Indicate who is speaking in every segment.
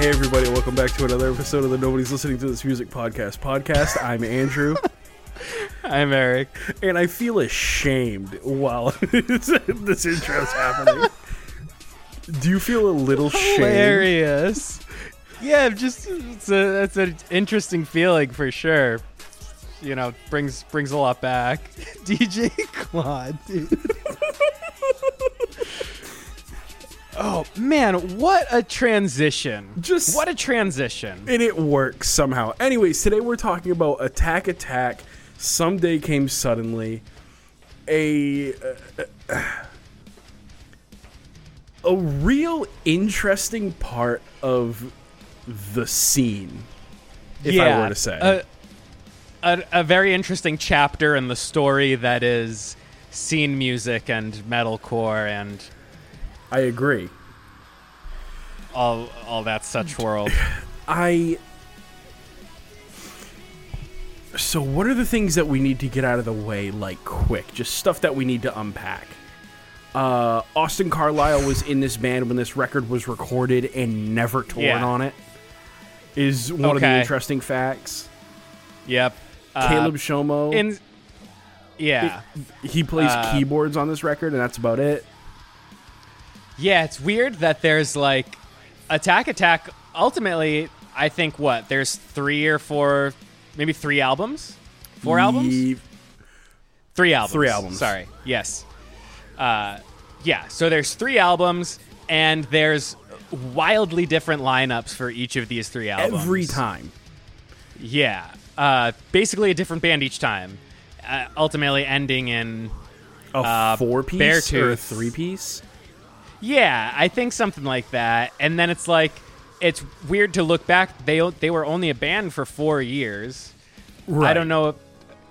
Speaker 1: everybody. Welcome back to another episode of the Nobody's Listening to This Music Podcast podcast. I'm Andrew,
Speaker 2: I'm Eric.
Speaker 1: and I feel ashamed while this intro's happening. Do you feel a little shame?
Speaker 2: Hilarious. Yeah, I'm just it's a, that's an interesting feeling for sure. You know, brings brings a lot back. DJ Claude, dude. oh man, what a transition!
Speaker 1: Just-
Speaker 2: what a transition.
Speaker 1: And it works somehow. Anyways, today we're talking about Attack Attack. Someday came suddenly. A uh, a real interesting part of the scene, if I were to say.
Speaker 2: A, a, a very interesting chapter in the story that is scene music and metalcore and
Speaker 1: I agree.
Speaker 2: all all that such world.
Speaker 1: I. So, what are the things that we need to get out of the way, like quick? Just stuff that we need to unpack. Uh, Austin Carlisle was in this band when this record was recorded and never torn
Speaker 2: Yeah.
Speaker 1: on it. Is one of the
Speaker 2: Okay.
Speaker 1: interesting facts.
Speaker 2: Yep. Uh,
Speaker 1: Caleb Shomo,
Speaker 2: in yeah.
Speaker 1: he plays
Speaker 2: uh,
Speaker 1: keyboards on this record, and that's about it.
Speaker 2: yeah, it's weird that there's like Attack Attack ultimately I think what? There's 3 or 4 maybe 3 albums? 4 albums?
Speaker 1: Ye-
Speaker 2: Three albums.
Speaker 1: Three albums.
Speaker 2: Sorry. Yes. Uh, yeah. So there's three albums, and there's wildly different lineups for each of these three albums.
Speaker 1: every time.
Speaker 2: Yeah. Uh, basically, a different band each time. Uh, ultimately, ending in
Speaker 1: A
Speaker 2: Uh,
Speaker 1: four piece or a
Speaker 2: Beartooth.
Speaker 1: three piece?
Speaker 2: yeah, I think something like that. And then it's like it's weird to look back. They they were only a band for four years. I don't know. If,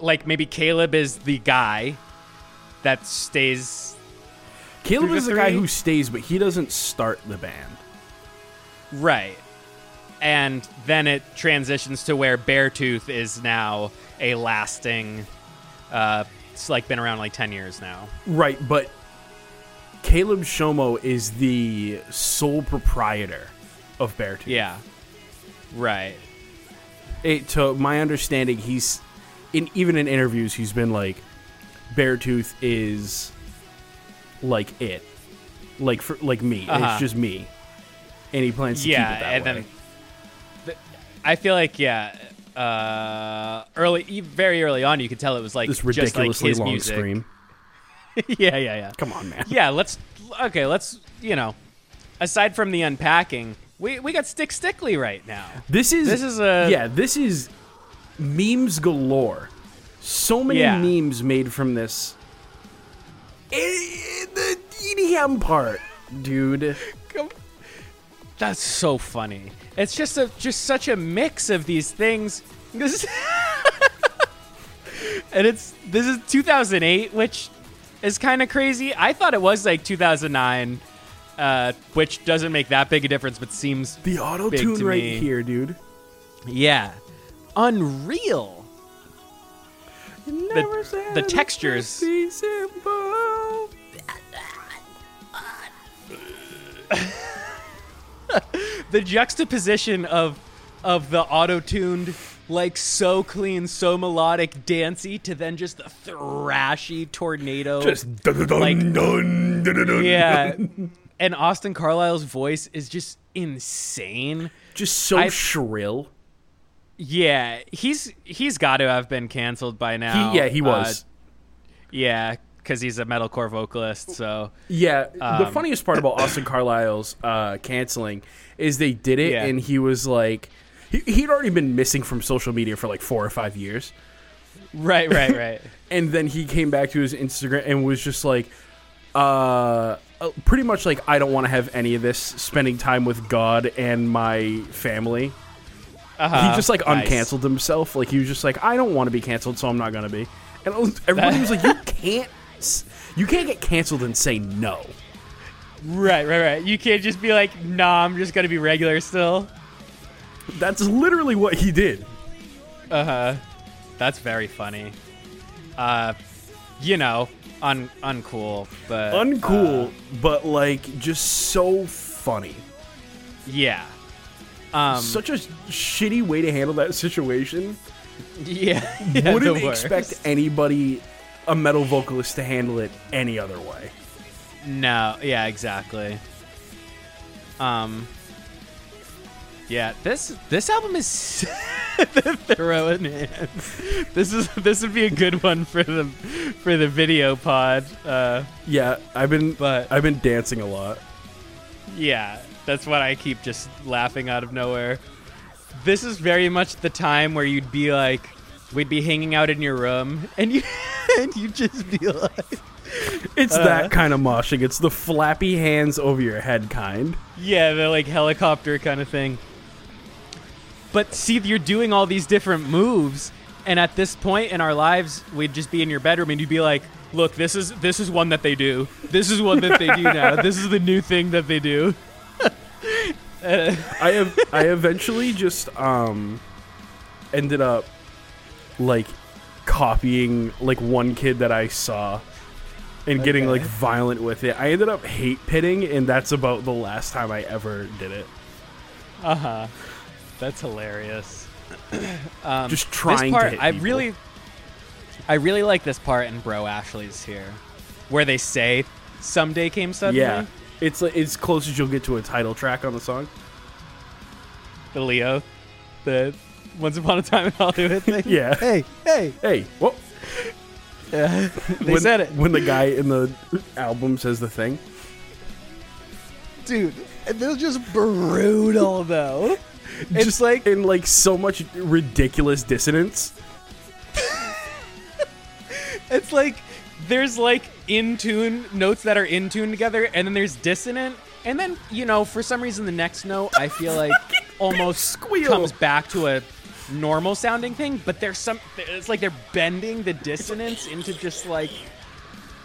Speaker 2: like maybe Caleb is the guy that stays
Speaker 1: Caleb
Speaker 2: Through the
Speaker 1: is the guy
Speaker 2: three?
Speaker 1: who stays, but he doesn't start the band.
Speaker 2: Right. And then it transitions to where Beartooth is now a lasting uh it's like been around like 10 years now.
Speaker 1: Right, but Caleb Shomo is the sole proprietor of Beartooth.
Speaker 2: Yeah. Right.
Speaker 1: It, to my understanding, he's in even in interviews he's been like Beartooth is like it. Like for like me.
Speaker 2: Uh-huh.
Speaker 1: It's just me. And he plans to
Speaker 2: yeah,
Speaker 1: keep it that
Speaker 2: and
Speaker 1: way.
Speaker 2: then th- I feel like yeah, uh early e- very early on you could tell it was like
Speaker 1: this
Speaker 2: just like
Speaker 1: ridiculously
Speaker 2: his
Speaker 1: long
Speaker 2: music.
Speaker 1: scream.
Speaker 2: yeah, yeah, yeah.
Speaker 1: Come on, man.
Speaker 2: Yeah, let's okay, let's, you know, aside from the unpacking, we we got Stick Stickly right now.
Speaker 1: This is
Speaker 2: This is a-
Speaker 1: yeah. This is memes galore. So many
Speaker 2: Yeah.
Speaker 1: memes made from this. Eh, the EDM part, dude.
Speaker 2: That's so funny. It's just a just such a mix of these things. This- and it's this is 2008, which is kind of crazy. I thought it was like 2009, uh, which doesn't make that big a difference, but seems
Speaker 1: The auto
Speaker 2: Big
Speaker 1: tune
Speaker 2: to
Speaker 1: right
Speaker 2: me.
Speaker 1: here, dude.
Speaker 2: yeah, unreal.
Speaker 1: Never said
Speaker 2: the
Speaker 1: it
Speaker 2: textures.
Speaker 1: could be simple.
Speaker 2: The juxtaposition of of the auto-tuned, like so clean, so melodic, dancey, to then just the thrashy tornado.
Speaker 1: Just dun, dun,
Speaker 2: Like-
Speaker 1: dun, dun, dun, dun.
Speaker 2: yeah. And Austin Carlisle's voice is just insane.
Speaker 1: Just so
Speaker 2: I-
Speaker 1: shrill.
Speaker 2: Yeah, he's he's got to have been canceled by
Speaker 1: He,
Speaker 2: now.
Speaker 1: yeah, he
Speaker 2: Uh,
Speaker 1: was.
Speaker 2: yeah, because he's a metalcore vocalist. So
Speaker 1: Yeah, the
Speaker 2: Um,
Speaker 1: funniest part about Austin Carlisle's uh, canceling is they did it,
Speaker 2: Yeah.
Speaker 1: and he was like, he, he'd already been missing from social media for like four or five years,
Speaker 2: right, right, right.
Speaker 1: and then he came back to his Instagram and was just like, uh, uh, pretty much like, I don't want to have any of this spending time with God and my family.
Speaker 2: Uh-huh.
Speaker 1: he just like
Speaker 2: Nice.
Speaker 1: uncanceled himself. Like he was just like, I don't want to be canceled, so I'm not gonna be. And I was- everybody was like, you can't, s- you can't get canceled and say no.
Speaker 2: Right, right, right. You can't just be like, nah, I'm just gonna be regular still.
Speaker 1: That's literally what he did.
Speaker 2: Uh huh. That's very funny. Uh, you know, un uncool, but uh,
Speaker 1: uncool, but like just so funny.
Speaker 2: Yeah.
Speaker 1: Such a shitty way to handle that situation.
Speaker 2: Yeah, yeah,
Speaker 1: Wouldn't
Speaker 2: the
Speaker 1: expect
Speaker 2: worst.
Speaker 1: anybody, a metal vocalist, to handle it any other way.
Speaker 2: No, yeah, exactly. Um, yeah this this album is so thorough, man. This is this would be a good one for the for the video pod. Uh,
Speaker 1: Yeah, I've been
Speaker 2: But-
Speaker 1: I've been dancing a lot.
Speaker 2: yeah, that's what I keep just laughing out of nowhere. This is very much the time where you'd be like, we'd be hanging out in your room, and you and you just be like.
Speaker 1: It's
Speaker 2: Uh.
Speaker 1: that kind of moshing. It's the flappy hands over your head kind.
Speaker 2: Yeah, the like helicopter kind of thing. But see, you're doing all these different moves, and at this point in our lives, we'd just be in your bedroom and you'd be like, "Look, this is this is one that they do. This is one that they do now. This is the new thing that they do."
Speaker 1: I have I eventually just um ended up like copying like one kid that I saw and getting like violent with it. I ended up hate pitting and that's about the last time I ever did it.
Speaker 2: Uh huh. That's hilarious.
Speaker 1: just trying
Speaker 2: Um, this part,
Speaker 1: to hit
Speaker 2: I
Speaker 1: people.
Speaker 2: really, I really like this part in Bro Ashley's here, where they say, "Someday came suddenly."
Speaker 1: Yeah. It's like it's close as you'll get to a title track on the song.
Speaker 2: The Leo, the Once Upon a Time in Hollywood thing.
Speaker 1: Yeah.
Speaker 2: Hey, hey.
Speaker 1: Hey, whoop.
Speaker 2: Yeah, they
Speaker 1: when,
Speaker 2: said it,
Speaker 1: When the guy in the album says the thing.
Speaker 2: dude. This was just brutal, though. It's
Speaker 1: just
Speaker 2: like-
Speaker 1: in like so much ridiculous dissonance.
Speaker 2: It's like there's like in tune notes that are in tune together, and then there's dissonant, and then you know for some reason the next note I feel like almost
Speaker 1: squeal.
Speaker 2: comes back to a normal sounding thing, but there's some. It's like they're bending the dissonance into just like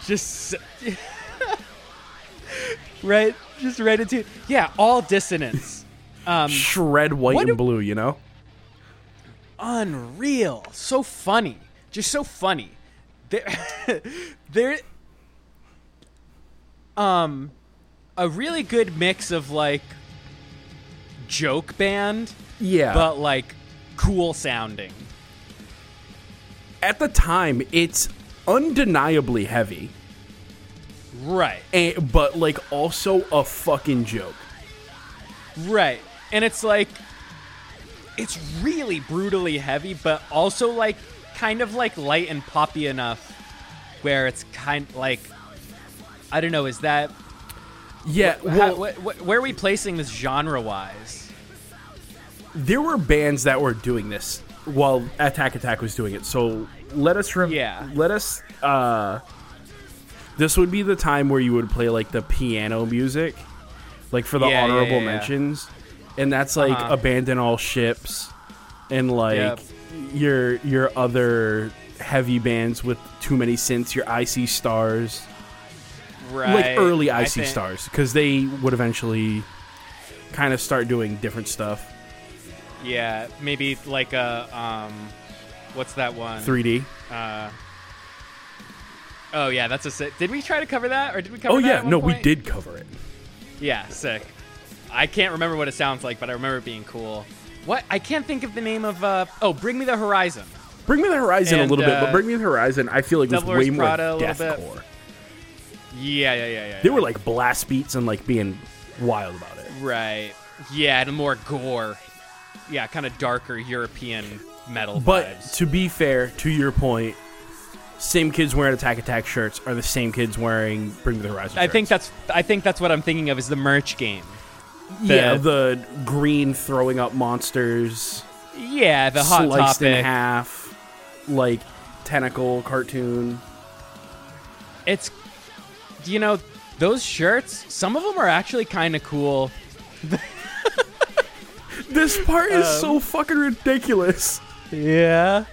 Speaker 2: just s- right, just right into yeah, all dissonance. Um,
Speaker 1: Shred white
Speaker 2: What
Speaker 1: and
Speaker 2: do-
Speaker 1: blue, you know?
Speaker 2: unreal. So funny. Just so funny. There, there, um, a really good mix of like joke band,
Speaker 1: Yeah.
Speaker 2: but like cool sounding.
Speaker 1: at the time it's undeniably heavy
Speaker 2: Right.
Speaker 1: and, but like also a fucking joke
Speaker 2: Right. And it's like it's really brutally heavy, but also like kind of like light and poppy enough where it's kind like I don't know, is that
Speaker 1: yeah
Speaker 2: How-
Speaker 1: well
Speaker 2: wh- wh- where are we placing this genre wise?
Speaker 1: there were bands that were doing this while attack attack was doing it so let us rem-
Speaker 2: Yeah.
Speaker 1: let us uh this would be the time where you would play like the piano music like for the
Speaker 2: Yeah, yeah,
Speaker 1: honorable
Speaker 2: yeah, yeah.
Speaker 1: mentions and that's like
Speaker 2: Uh-huh.
Speaker 1: abandon all ships and like
Speaker 2: Yep.
Speaker 1: your your other heavy bands with too many synths your ic stars
Speaker 2: Right.
Speaker 1: like early IC
Speaker 2: I
Speaker 1: stars. 'Cause
Speaker 2: think-
Speaker 1: stars because they would eventually kind of start doing different stuff.
Speaker 2: Yeah, maybe like a um what's that one?
Speaker 1: 3D.
Speaker 2: Uh Oh yeah, that's a sick. Did we try to cover that or did we cover
Speaker 1: Oh
Speaker 2: that
Speaker 1: yeah,
Speaker 2: at one
Speaker 1: no, we
Speaker 2: point?
Speaker 1: did cover it.
Speaker 2: Yeah, sick. I can't remember what it sounds like, but I remember it being cool. What? I can't think of the name of. Uh, oh, Bring Me the Horizon.
Speaker 1: Bring Me the Horizon a
Speaker 2: And,
Speaker 1: little bit, but
Speaker 2: uh,
Speaker 1: Bring Me the Horizon, I feel like was
Speaker 2: Devil Wears
Speaker 1: way more
Speaker 2: Prada a little bit.
Speaker 1: deathcore.
Speaker 2: Yeah, yeah, yeah, yeah.
Speaker 1: They were like blast beats and like being wild about it.
Speaker 2: right. Yeah, and more gore. Yeah, kind of darker European metal
Speaker 1: But
Speaker 2: vibes.
Speaker 1: to be fair, to your point, same kids wearing Attack Attack shirts are the same kids wearing Bring Me the Horizon.
Speaker 2: I
Speaker 1: shirts.
Speaker 2: think that's. I think that's what I'm thinking of is the merch game.
Speaker 1: yeah,
Speaker 2: that-
Speaker 1: the green throwing up monsters,
Speaker 2: Yeah, the hot
Speaker 1: sliced in
Speaker 2: topic.
Speaker 1: half, like tentacle cartoon.
Speaker 2: it's you know those shirts. Some of them are actually kind of cool.
Speaker 1: This part is so fucking ridiculous.
Speaker 2: Yeah.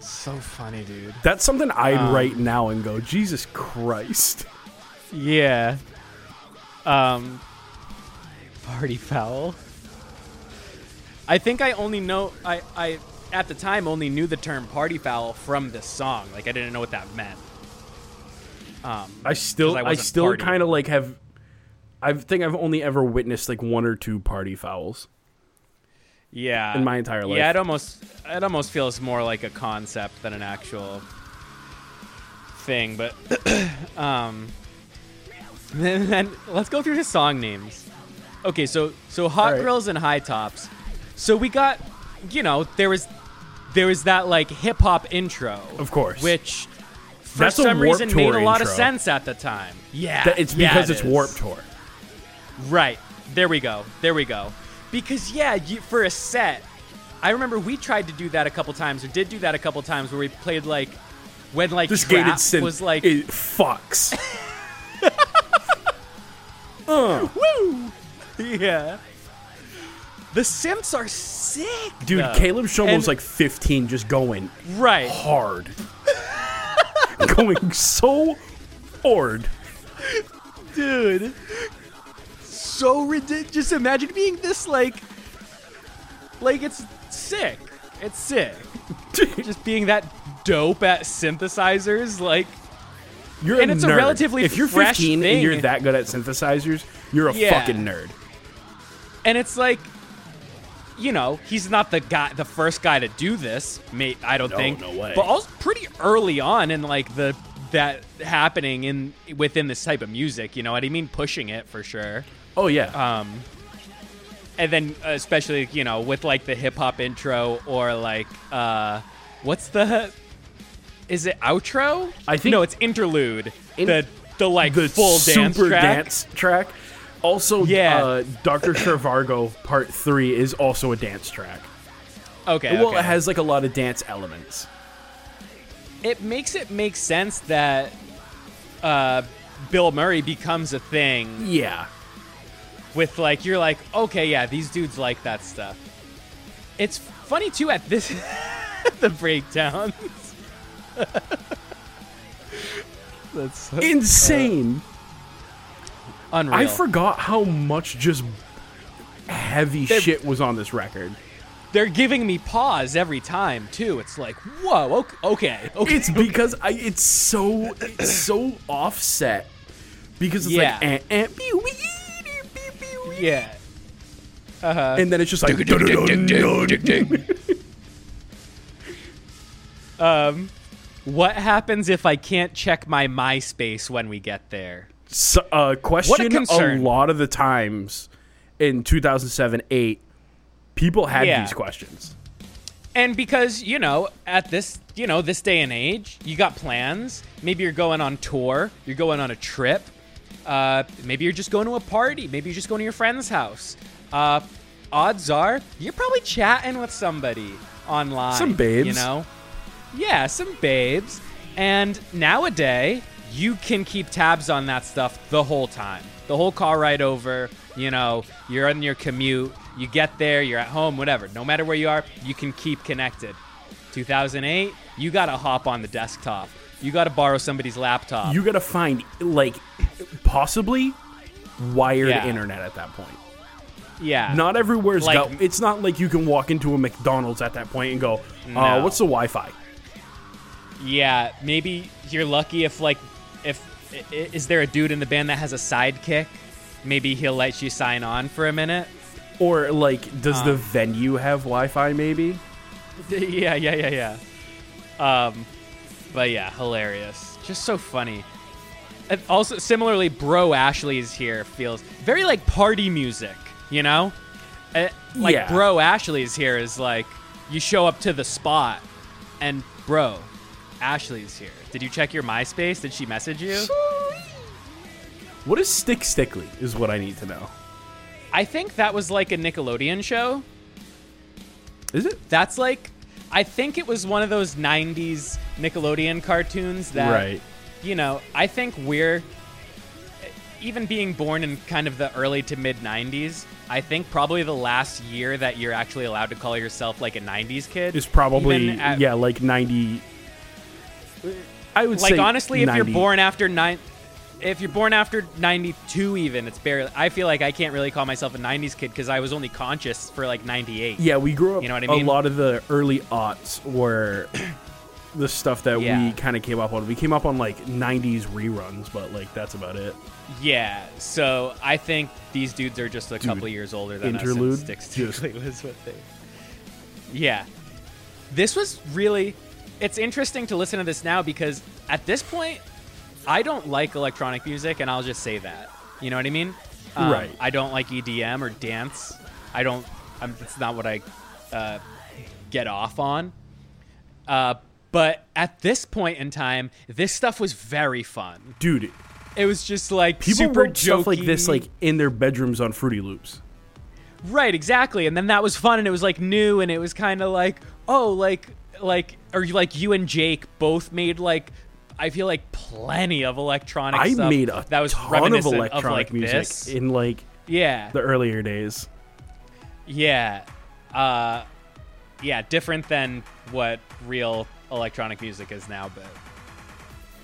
Speaker 2: So funny, dude.
Speaker 1: That's something I'd
Speaker 2: Um,
Speaker 1: write now and go, Jesus Christ.
Speaker 2: Yeah. Um Party Foul. I think I only know I I at the time only knew the term party foul from this song. Like I didn't know what that meant. Um
Speaker 1: I still,
Speaker 2: 'Cause I
Speaker 1: I,
Speaker 2: wasn't
Speaker 1: still
Speaker 2: partying.
Speaker 1: kind of like have. I think I've only ever witnessed like one or two party fouls.
Speaker 2: yeah
Speaker 1: in my entire life.
Speaker 2: yeah it almost it almost feels more like a concept than an actual thing but um then, then let's go through the song names okay so so hot
Speaker 1: All right.
Speaker 2: girls and high tops so we got you know there was there was that like hip-hop intro
Speaker 1: Of course.
Speaker 2: which for
Speaker 1: That's a
Speaker 2: some
Speaker 1: Warped
Speaker 2: reason made
Speaker 1: Tour
Speaker 2: a lot of
Speaker 1: intro.
Speaker 2: sense at the time yeah
Speaker 1: That- it's
Speaker 2: Ah, yeah,
Speaker 1: because
Speaker 2: it
Speaker 1: it's
Speaker 2: is.
Speaker 1: Warp Tour.
Speaker 2: Right. There we go. There we go. Because yeah, you, for a set, I remember we tried to do that a couple times, or did do that a couple times, where we played like when like
Speaker 1: This
Speaker 2: trap
Speaker 1: gated synth
Speaker 2: was like
Speaker 1: it fucks. Uh,
Speaker 2: yeah. The synths are sick,
Speaker 1: dude,
Speaker 2: though.
Speaker 1: Caleb Schumel
Speaker 2: And-
Speaker 1: was like 15, just going
Speaker 2: right.
Speaker 1: Oh, hard, going so hard.
Speaker 2: dude. So ridiculous. Just imagine being this like, like it's sick. It's sick. Just being that dope at synthesizers, like
Speaker 1: You're
Speaker 2: And
Speaker 1: a
Speaker 2: it's a
Speaker 1: nerd.
Speaker 2: relatively
Speaker 1: if you're
Speaker 2: fresh
Speaker 1: 15 and
Speaker 2: thing.
Speaker 1: you're that good at synthesizers, you're a
Speaker 2: Yeah.
Speaker 1: fucking nerd.
Speaker 2: and it's like you know he's not the guy the first guy to do this mate i don't
Speaker 1: No,
Speaker 2: think
Speaker 1: no way.
Speaker 2: but also pretty early on in like the that happening in within this type of music you know what i mean pushing it for sure
Speaker 1: Oh yeah,
Speaker 2: um and then uh, especially you know with like the hip-hop intro or like uh what's the is it outro
Speaker 1: I think-
Speaker 2: no it's interlude
Speaker 1: In-
Speaker 2: the the like
Speaker 1: the
Speaker 2: full
Speaker 1: super
Speaker 2: dance track
Speaker 1: dance track. Also,
Speaker 2: Yeah.
Speaker 1: uh, Doctor Trivargo Part Three is also a dance track.
Speaker 2: okay
Speaker 1: well,
Speaker 2: okay.
Speaker 1: it has like a lot of dance elements.
Speaker 2: it makes it make sense that uh, Bill Murray becomes a thing
Speaker 1: Yeah,
Speaker 2: with like you're like okay yeah these dudes like that stuff. It's funny too at this the breakdowns. That's so
Speaker 1: insane.
Speaker 2: uh, unreal.
Speaker 1: I forgot how much just heavy
Speaker 2: They're-
Speaker 1: shit was on this record.
Speaker 2: They're giving me pause every time too. It's like whoa okay okay. okay.
Speaker 1: It's because I it's so it's so offset because it's
Speaker 2: Yeah.
Speaker 1: like eh, eh, pew, wee, dee, pew, pew, wee.
Speaker 2: yeah. Uh,
Speaker 1: and then it's just like
Speaker 2: What happens if I can't check my MySpace when we get there?
Speaker 1: so, uh, question a,
Speaker 2: concern.
Speaker 1: lot of the times in 2007 8 people had
Speaker 2: Yeah.
Speaker 1: these questions
Speaker 2: and because you know at this you know this day and age you got plans maybe you're going on tour you're going on a trip uh, maybe you're just going to a party maybe you're just going to your friend's house uh, odds are you're probably chatting with somebody online
Speaker 1: Some babes.
Speaker 2: you know yeah some babes and nowadays you can keep tabs on that stuff the whole time the whole car ride over you know you're on your commute you get there you're at home whatever no matter where you are you can keep connected 2008 you gotta hop on the desktop you gotta borrow somebody's laptop
Speaker 1: you gotta find like possibly wired
Speaker 2: Yeah.
Speaker 1: internet at that point
Speaker 2: yeah
Speaker 1: not everywhere's
Speaker 2: Like-
Speaker 1: got it's not like you can walk into a mcdonald's at that point and go uh,
Speaker 2: No.
Speaker 1: what's the wi-fi
Speaker 2: yeah maybe you're lucky if like if i- i- is there a dude in the band that has a sidekick maybe he'll let you sign on for a minute
Speaker 1: or like does
Speaker 2: Uh.
Speaker 1: the venue have wi-fi maybe
Speaker 2: yeah, yeah, yeah, yeah. Um, but yeah, hilarious. Just so funny. And also, similarly, Bro Ashley's here feels very like party music, you know? Uh, like
Speaker 1: Yeah.
Speaker 2: Bro Ashley's here is like you show up to the spot and Bro Ashley's here. Did you check your MySpace? Did she message you?
Speaker 1: what is stick stickly is what i need to know
Speaker 2: I think that was like a Nickelodeon show.
Speaker 1: is it
Speaker 2: That's like, I think it was one of those '90s Nickelodeon cartoons that
Speaker 1: right
Speaker 2: you know, I think we're even being born in kind of the early to mid 90s, I think probably the last year that you're actually allowed to call yourself like a 90s kid
Speaker 1: is probably
Speaker 2: Even at-
Speaker 1: yeah like 90 i would
Speaker 2: Like
Speaker 1: say
Speaker 2: honestly, if
Speaker 1: 90.
Speaker 2: you're born after 9 if you're born after 92 even, it's barely I feel like I can't really call myself a 90s kid cuz I was only conscious for like 98.
Speaker 1: yeah we grew up
Speaker 2: You know what I
Speaker 1: a
Speaker 2: mean?
Speaker 1: lot of the early aughts were the stuff that
Speaker 2: Yeah.
Speaker 1: we kind of came up on we came up on like 90s reruns but like that's about it
Speaker 2: Yeah, so I think these dudes are just a couple years older than us. and
Speaker 1: interlude
Speaker 2: Sticks
Speaker 1: just-
Speaker 2: Stickley was what they. Yeah. This was really it's interesting to listen to this now because at this point I don't like electronic music and I'll just say that. You know what I mean? Um,
Speaker 1: Right.
Speaker 2: I don't like EDM or dance. I don't I'm it's not what I uh, get off on. Uh, but at this point in time, this stuff was very fun.
Speaker 1: dude.
Speaker 2: It was just like
Speaker 1: People
Speaker 2: super
Speaker 1: wrote stuff like this
Speaker 2: jokey.
Speaker 1: like in their bedrooms on Fruity Loops.
Speaker 2: Right, exactly. And then that was fun and it was like new and it was kind of like, oh, like like or you- like you and Jake both made like I feel like plenty of electronic
Speaker 1: I
Speaker 2: stuff
Speaker 1: made a
Speaker 2: that was
Speaker 1: ton of
Speaker 2: reminiscent
Speaker 1: electronic
Speaker 2: like,
Speaker 1: music
Speaker 2: this.
Speaker 1: in like
Speaker 2: yeah.
Speaker 1: the earlier days.
Speaker 2: yeah. Uh yeah, different than what real electronic music is now, but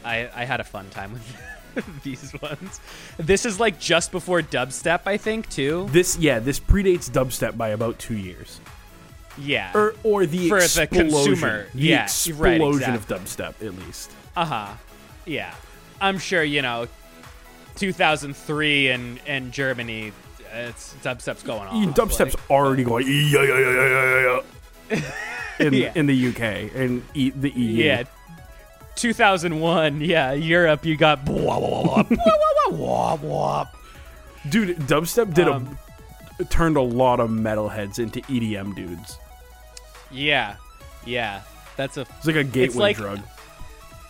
Speaker 2: I I had a fun time with these ones. This is like just before dubstep, I think, too.
Speaker 1: This yeah, this predates dubstep by about two years,
Speaker 2: Yeah.
Speaker 1: or or the
Speaker 2: For the
Speaker 1: explosion,
Speaker 2: consumer,
Speaker 1: the
Speaker 2: yeah,
Speaker 1: explosion
Speaker 2: right,
Speaker 1: of dubstep at least.
Speaker 2: Uh huh. Yeah. I'm sure, you know, 2003 and, and Germany, it's, dubstep's going on.
Speaker 1: Dubstep's already going yeah yeah yeah yeah yeah yeah. In,
Speaker 2: Yeah.
Speaker 1: in the UK and e- the EU,
Speaker 2: yeah. 2001, yeah. Europe, you got. blah, blah, blah, blah, blah, blah, blah, blah.
Speaker 1: dude, dubstep did
Speaker 2: Um,
Speaker 1: a turned a lot of metalheads into EDM dudes.
Speaker 2: Yeah. Yeah. That's a.
Speaker 1: It's like a gateway
Speaker 2: like-
Speaker 1: drug.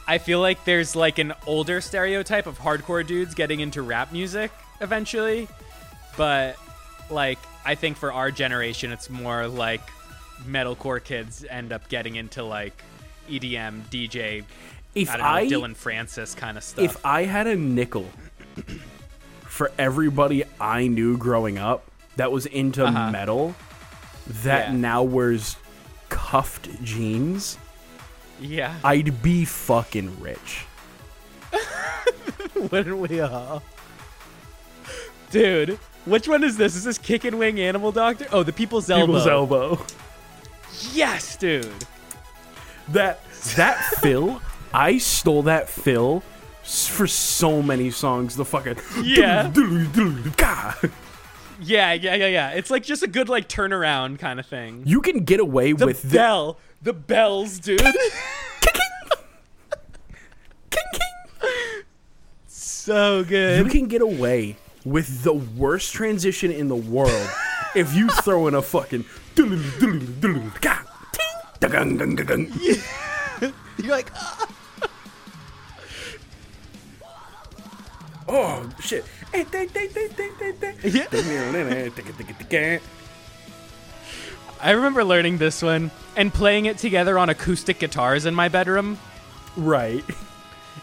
Speaker 2: I feel like there's like an older stereotype of hardcore dudes getting into rap music eventually, but like I think for our generation, it's more like metalcore kids end up getting into like E EDM DJ.
Speaker 1: If
Speaker 2: I don't know, Dylan Francis kind of stuff.
Speaker 1: If I had a nickel for everybody I knew growing up that was into metal that
Speaker 2: Uh-huh. Yeah.
Speaker 1: now wears cuffed jeans,
Speaker 2: yeah,
Speaker 1: I'd be fucking rich.
Speaker 2: wouldn't we all? Dude, which one is this? Is this Kick and Wing Animal Doctor? Oh, the People's Elbow.
Speaker 1: People's elbow.
Speaker 2: Yes, dude.
Speaker 1: That that fill, I stole that fill s- for so many songs. The fucking
Speaker 2: Yeah.
Speaker 1: Gah.
Speaker 2: Yeah, yeah, yeah, yeah. It's like just a good like turnaround kind of thing.
Speaker 1: You can get away with
Speaker 2: the
Speaker 1: that.
Speaker 2: bell, the bells, dude. so
Speaker 1: You
Speaker 2: good.
Speaker 1: can get away with the worst transition in the world if you throw in a fucking. You're like. ah. Oh shit!
Speaker 2: I remember learning this one and playing it together on acoustic guitars in my bedroom.
Speaker 1: Right.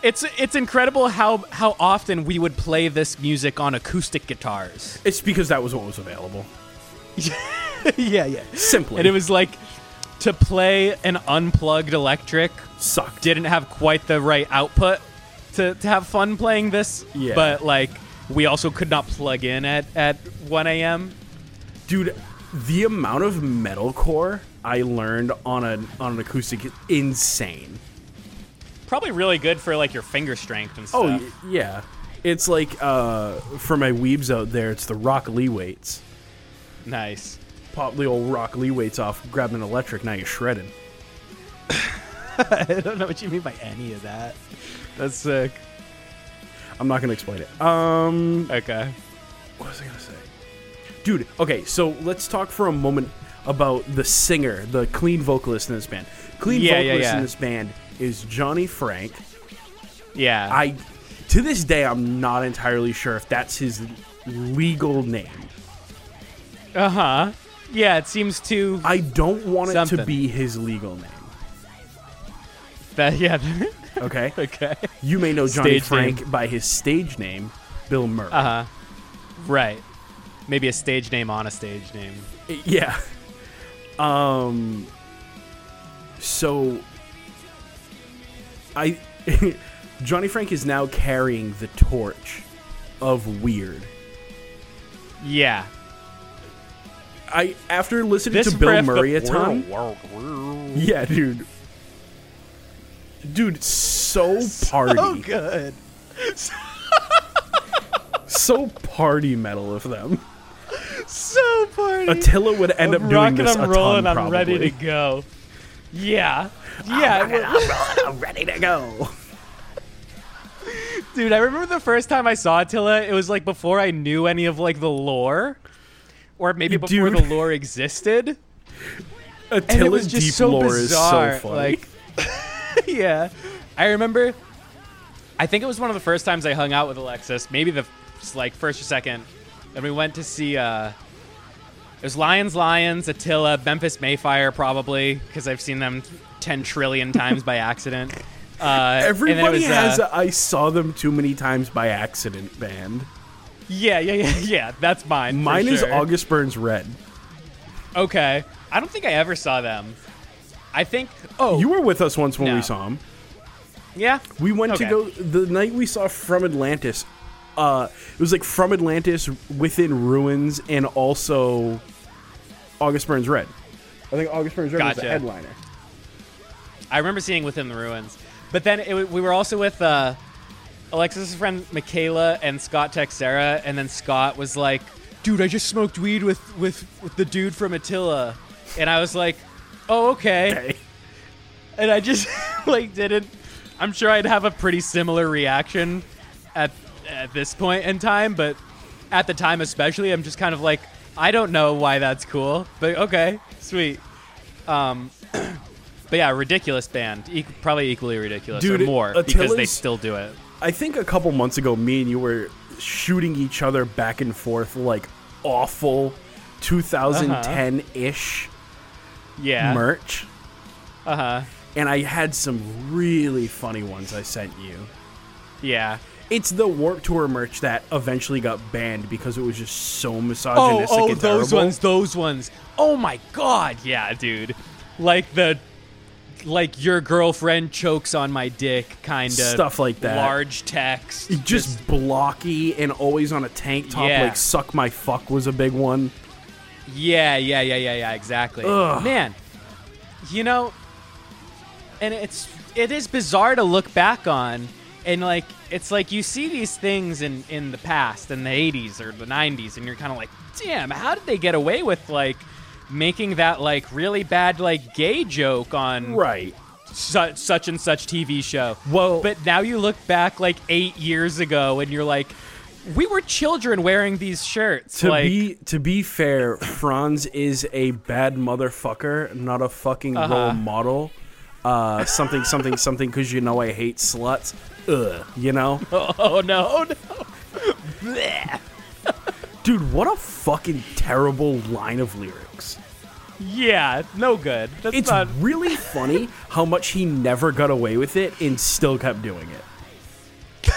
Speaker 2: It's it's incredible how how often we would play this music on acoustic guitars.
Speaker 1: It's because that was what was available.
Speaker 2: yeah, yeah.
Speaker 1: Simply.
Speaker 2: And it was like to play an unplugged electric
Speaker 1: sucked.
Speaker 2: didn't have quite the right output to, to have fun playing this.
Speaker 1: Yeah.
Speaker 2: But like we also could not plug in at, at one AM.
Speaker 1: Dude, the amount of metalcore I learned on an on an acoustic is insane.
Speaker 2: Probably really good for like your finger strength and stuff.
Speaker 1: Oh y yeah, it's like uh, for my weebs out there, it's the Rock Lee weights.
Speaker 2: nice.
Speaker 1: Pop the old Rock Lee weights off, grab an electric, now you're shredding.
Speaker 2: I don't know what you mean by any of that. That's sick.
Speaker 1: I'm not gonna explain it. Um,
Speaker 2: Okay.
Speaker 1: what was I gonna say, dude? Okay, so let's talk for a moment about the singer, the clean vocalist in this band. Clean
Speaker 2: Yeah, yeah,
Speaker 1: vocalist
Speaker 2: yeah.
Speaker 1: in this band is Johnny Frank.
Speaker 2: Yeah.
Speaker 1: I to this day I'm not entirely sure if that's his legal name.
Speaker 2: uh huh. Yeah, it seems too
Speaker 1: I don't want it to
Speaker 2: Something.
Speaker 1: be his legal name.
Speaker 2: that yeah.
Speaker 1: Okay.
Speaker 2: okay.
Speaker 1: You may know Johnny
Speaker 2: Stage
Speaker 1: Frank by his stage name, Bill Murray.
Speaker 2: Uh huh. Right. Maybe a stage name on a stage name.
Speaker 1: Yeah. Um. So, I Johnny Frank is now carrying the torch of weird.
Speaker 2: Yeah.
Speaker 1: I after listening
Speaker 2: This
Speaker 1: to Bill
Speaker 2: riff, the
Speaker 1: Murray a ton.
Speaker 2: world, world,
Speaker 1: Yeah, dude. Dude, so party, so,
Speaker 2: Oh, good.
Speaker 1: party metal of them.
Speaker 2: so party.
Speaker 1: Attila would end up
Speaker 2: I'm
Speaker 1: doing
Speaker 2: rocking,
Speaker 1: this
Speaker 2: I'm
Speaker 1: a
Speaker 2: rolling,
Speaker 1: ton,
Speaker 2: I'm ready to
Speaker 1: probably.
Speaker 2: go. Yeah. Yeah. well-
Speaker 1: I'm ready to go.
Speaker 2: Dude, I remember the first time I saw Attila, it was like before I knew any of like the lore. Or maybe before
Speaker 1: Dude.
Speaker 2: the lore existed. And it
Speaker 1: Attila's
Speaker 2: was just
Speaker 1: deep
Speaker 2: so
Speaker 1: lore
Speaker 2: bizarre.
Speaker 1: is so funny.
Speaker 2: Like Yeah. I remember I think it was one of the first times I hung out with Alexis, maybe the f- like first or second, and we went to see uh it was Lions, Lions, Attila, Memphis Mayfire, probably because I've seen them ten trillion times by accident. Uh, and then it
Speaker 1: Everybody
Speaker 2: was,
Speaker 1: has.
Speaker 2: uh,
Speaker 1: a, I saw them too many times by accident. Band.
Speaker 2: Yeah, yeah, yeah, yeah. That's mine. for
Speaker 1: Mine is
Speaker 2: sure.
Speaker 1: August Burns Red.
Speaker 2: Okay. I don't think I ever saw them. I think. Oh,
Speaker 1: You were with us once when
Speaker 2: No.
Speaker 1: we saw him.
Speaker 2: yeah.
Speaker 1: We went
Speaker 2: Okay.
Speaker 1: to go the night we saw From Atlantis. Uh, it was like From Atlantis, Within Ruins, and also August Burns Red. I think August Burns Red was
Speaker 2: Gotcha.
Speaker 1: the headliner.
Speaker 2: I remember seeing within the ruins, but then it, we were also with uh, Alexis's friend Michaela and Scott Texera, and then Scott was like, "Dude, I just smoked weed with with, with the dude from Attila," and I was like, "Oh, okay."
Speaker 1: Okay.
Speaker 2: and I just like didn't. I'm sure I'd have a pretty similar reaction at at this point in time, but at the time especially, I'm just kind of like, I don't know why that's cool, but okay, sweet. Um, but yeah, ridiculous band, e- probably equally ridiculous
Speaker 1: Dude,
Speaker 2: or more because they
Speaker 1: Attila's-
Speaker 2: still do it.
Speaker 1: I think a couple months ago, me and you were shooting each other back and forth like awful 2010 ish
Speaker 2: Yeah.
Speaker 1: merch.
Speaker 2: Uh huh.
Speaker 1: And I had some really funny ones I sent you.
Speaker 2: Yeah.
Speaker 1: It's the Warp Tour merch that eventually got banned because it was just so
Speaker 2: Oh,
Speaker 1: misogynistic
Speaker 2: oh,
Speaker 1: and
Speaker 2: those
Speaker 1: terrible.
Speaker 2: ones, those ones. Oh my god, yeah, dude. Like the like your girlfriend chokes on my dick kind of
Speaker 1: Stuff like that.
Speaker 2: Large text.
Speaker 1: Just, blocky and always on a tank top.
Speaker 2: Yeah.
Speaker 1: Like "suck my fuck" was a big one.
Speaker 2: Yeah, yeah, yeah, yeah, yeah, exactly.
Speaker 1: Ugh.
Speaker 2: Man, you know, and it's it is bizarre to look back on, and like it's like you see these things in in the past, in the '80s or the '90s, and you're kind of like, damn, how did they get away with like making that like really bad like gay joke on
Speaker 1: Right.
Speaker 2: su- such and such TV show?
Speaker 1: Well-
Speaker 2: but now you look back like eight years ago, and you're like. We were children wearing these shirts.
Speaker 1: To
Speaker 2: like,
Speaker 1: be to be fair, Franz is a bad motherfucker, not a fucking
Speaker 2: Uh-huh.
Speaker 1: role model. Uh, something, something, something. Because you know I hate sluts. Ugh. You know,
Speaker 2: oh no, oh, no. Bleh.
Speaker 1: dude, what a fucking terrible line of lyrics.
Speaker 2: Yeah, no good. That's
Speaker 1: It's
Speaker 2: not.
Speaker 1: really funny how much he never got away with it and still kept doing it.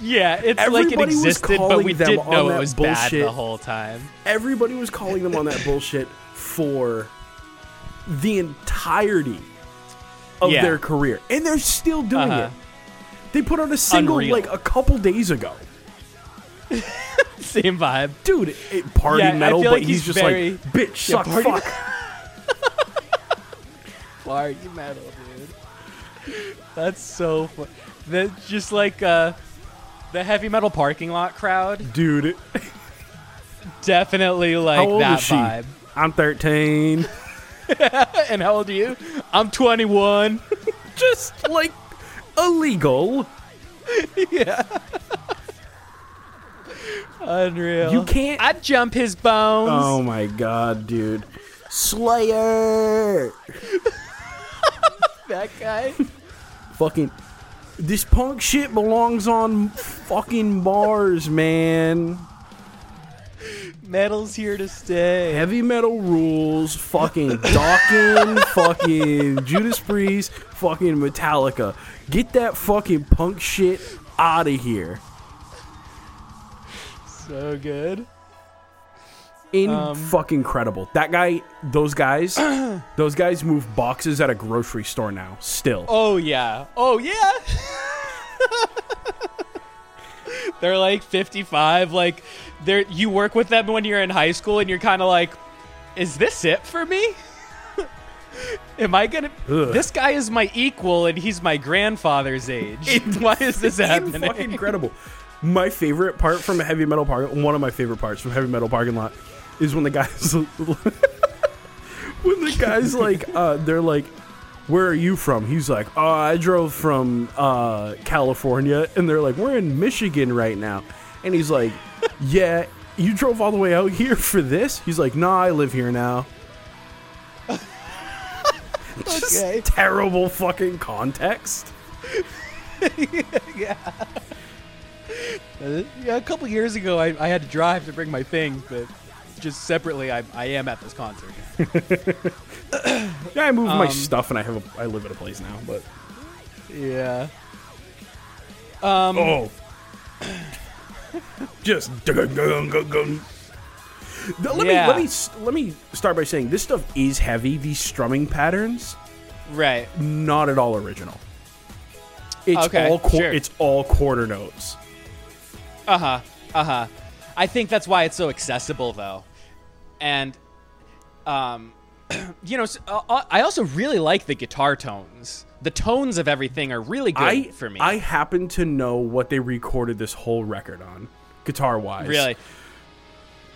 Speaker 2: Yeah, it's like it
Speaker 1: everybody was
Speaker 2: existed, but
Speaker 1: calling
Speaker 2: we
Speaker 1: them
Speaker 2: did
Speaker 1: on
Speaker 2: know it
Speaker 1: that
Speaker 2: was bad
Speaker 1: bullshit.
Speaker 2: the whole time.
Speaker 1: everybody was calling them on that bullshit for the entirety of
Speaker 2: Yeah.
Speaker 1: their career, and they're still doing
Speaker 2: Uh-huh.
Speaker 1: it. They put out a single
Speaker 2: Unreal.
Speaker 1: like a couple days ago,
Speaker 2: Same vibe.
Speaker 1: dude. It, party
Speaker 2: Yeah, I
Speaker 1: metal,
Speaker 2: feel
Speaker 1: but
Speaker 2: like
Speaker 1: he's,
Speaker 2: he's
Speaker 1: just
Speaker 2: very-
Speaker 1: like bitch,
Speaker 2: Yeah,
Speaker 1: suck,
Speaker 2: party-
Speaker 1: fuck.
Speaker 2: Clark, you metal, dude. That's so. Fu- that's just like uh, the heavy metal parking lot crowd.
Speaker 1: dude.
Speaker 2: Definitely like
Speaker 1: How old
Speaker 2: that
Speaker 1: is she?
Speaker 2: vibe.
Speaker 1: I'm 13.
Speaker 2: And how old are you? I'm 21.
Speaker 1: just like illegal.
Speaker 2: Unreal.
Speaker 1: You can't-
Speaker 2: I'd jump his bones.
Speaker 1: Oh my god, dude. Slayer.
Speaker 2: That guy.
Speaker 1: fucking this punk shit belongs on fucking bars, man.
Speaker 2: Metal's here to stay.
Speaker 1: Heavy metal rules, fucking Dawkins, fucking Judas Priest, fucking Metallica. Get that fucking punk shit out of here.
Speaker 2: So good.
Speaker 1: In fucking credible. That guy, those guys, those guys move boxes at a grocery store now. Still,
Speaker 2: Oh yeah. Oh yeah. they're like 55 like they're you work with them when you're in high school and you're kind of like is this it for me? Am I going to
Speaker 1: Ugh.
Speaker 2: This guy is my equal and he's my grandfather's age. Why is this
Speaker 1: in
Speaker 2: happening?
Speaker 1: fucking credible. My favorite part from a heavy metal park, one of my favorite parts from heavy metal parking lot, is when the guys, when the guys like, uh, they're like, "Where are you from?" He's like, "Oh, I drove from uh, California," and they're like, "We're in Michigan right now," and he's like, "Yeah, you drove all the way out here for this?" He's like, "Nah, I live here now." Just
Speaker 2: Okay.
Speaker 1: terrible fucking context.
Speaker 2: Uh, yeah, a couple years ago, I, I had to drive to bring my things, but just separately, I, I am at this concert.
Speaker 1: Yeah, I moved my
Speaker 2: Um,
Speaker 1: stuff and I have a I live at a place now, but
Speaker 2: yeah. um,
Speaker 1: oh, just dun-dun-dun-dun-dun. Th- let
Speaker 2: Yeah.
Speaker 1: me let me s- let me start by saying this stuff is heavy. These strumming patterns
Speaker 2: Right.
Speaker 1: not at all original. It's
Speaker 2: Okay,
Speaker 1: all quar-
Speaker 2: sure.
Speaker 1: it's all quarter notes.
Speaker 2: Uh huh. Uh huh. I think that's why it's so accessible, though, and um, you know, s- uh, uh, I also really like the guitar tones. The tones of everything are really good
Speaker 1: I
Speaker 2: for me.
Speaker 1: I happen to know what they recorded this whole record on, guitar wise.
Speaker 2: really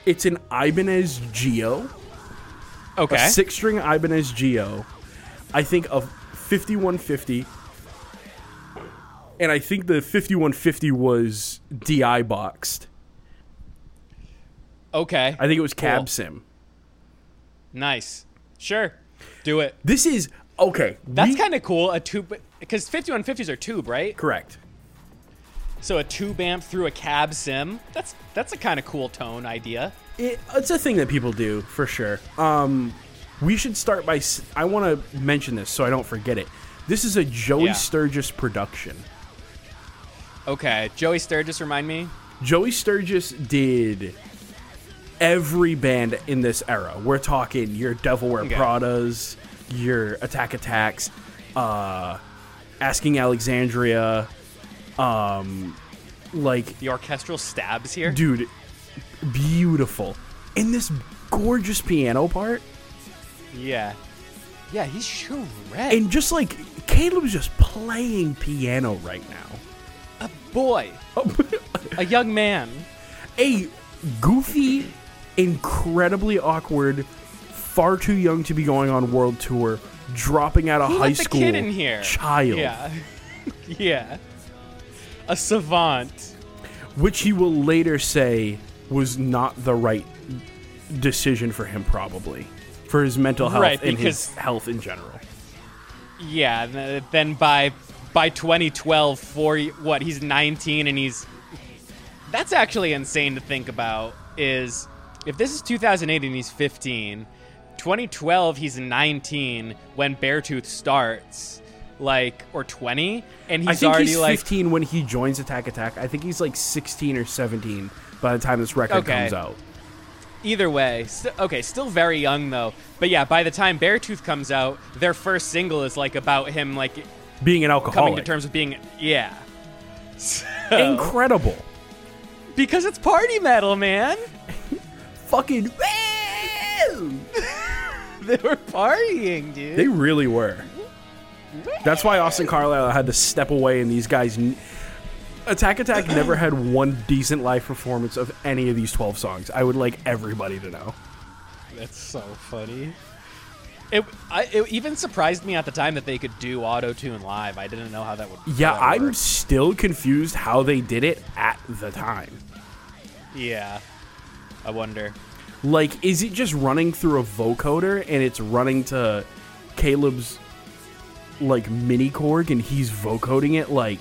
Speaker 1: it's an Ibanez Geo.
Speaker 2: okay.
Speaker 1: a six string Ibanez Geo, I think a 5150, and I think the 5150 was DI boxed.
Speaker 2: okay.
Speaker 1: I think it was cab
Speaker 2: Cool.
Speaker 1: sim.
Speaker 2: Nice. Sure. Do it.
Speaker 1: This is okay.
Speaker 2: That's kind of cool. A tube, because 5150s are tube, right?
Speaker 1: correct.
Speaker 2: So a tube amp through a cab sim. That's that's a kind of cool tone idea.
Speaker 1: It, it's a thing that people do for sure. Um, we should start by. s- I want to mention this so I don't forget it. This is a Joey
Speaker 2: Yeah.
Speaker 1: Sturgis production.
Speaker 2: Okay, Joey Sturgis, remind me.
Speaker 1: Joey Sturgis did every band in this era. We're talking your Devil Wear
Speaker 2: Okay.
Speaker 1: Pradas, your Attack Attacks, uh, Asking Alexandria, um, like,
Speaker 2: The orchestral stabs here.
Speaker 1: dude, beautiful. And this gorgeous piano part,
Speaker 2: yeah, yeah, he's shred.
Speaker 1: and just like Caleb's just playing piano right now.
Speaker 2: a boy, a young man.
Speaker 1: a goofy, incredibly awkward, far too young to be going on world tour, dropping out of
Speaker 2: Who
Speaker 1: high
Speaker 2: let the
Speaker 1: school
Speaker 2: kid in here?
Speaker 1: child,
Speaker 2: Yeah, yeah, a savant.
Speaker 1: which he will later say was not the right decision for him, probably for his mental health
Speaker 2: Right,
Speaker 1: and his
Speaker 2: because-
Speaker 1: health in general.
Speaker 2: Yeah. th- Then by by 2012, for what he's 19 and he's that's actually insane to think about. Is if this is 2008 and he's 15, 2012 he's 19 when Beartooth starts, like or 20, and he's
Speaker 1: I think
Speaker 2: already
Speaker 1: he's
Speaker 2: like
Speaker 1: 15 when he joins Attack Attack. I think he's like 16 or 17 by the time this record
Speaker 2: Okay.
Speaker 1: comes out.
Speaker 2: Either way, st- okay, still very young though. But yeah, by the time Beartooth comes out, their first single is like about him like
Speaker 1: Being an
Speaker 2: coming
Speaker 1: alcoholic,
Speaker 2: to terms with being yeah. So,
Speaker 1: incredible,
Speaker 2: because it's party metal, man.
Speaker 1: fucking.
Speaker 2: They were partying, dude.
Speaker 1: They really were. That's why Austin Carlisle had to step away, and these guys. N- Attack Attack never had one decent live performance of any of these 12 songs. I would like everybody to know.
Speaker 2: That's so funny. It, I, it even surprised me at the time that they could do auto tune live. I didn't know how that would.
Speaker 1: Yeah,
Speaker 2: that
Speaker 1: I'm
Speaker 2: worked.
Speaker 1: still confused how they did it at the time.
Speaker 2: Yeah, I wonder.
Speaker 1: Like, is it just running through a vocoder and it's running to Caleb's like mini Korg and he's vocoding it like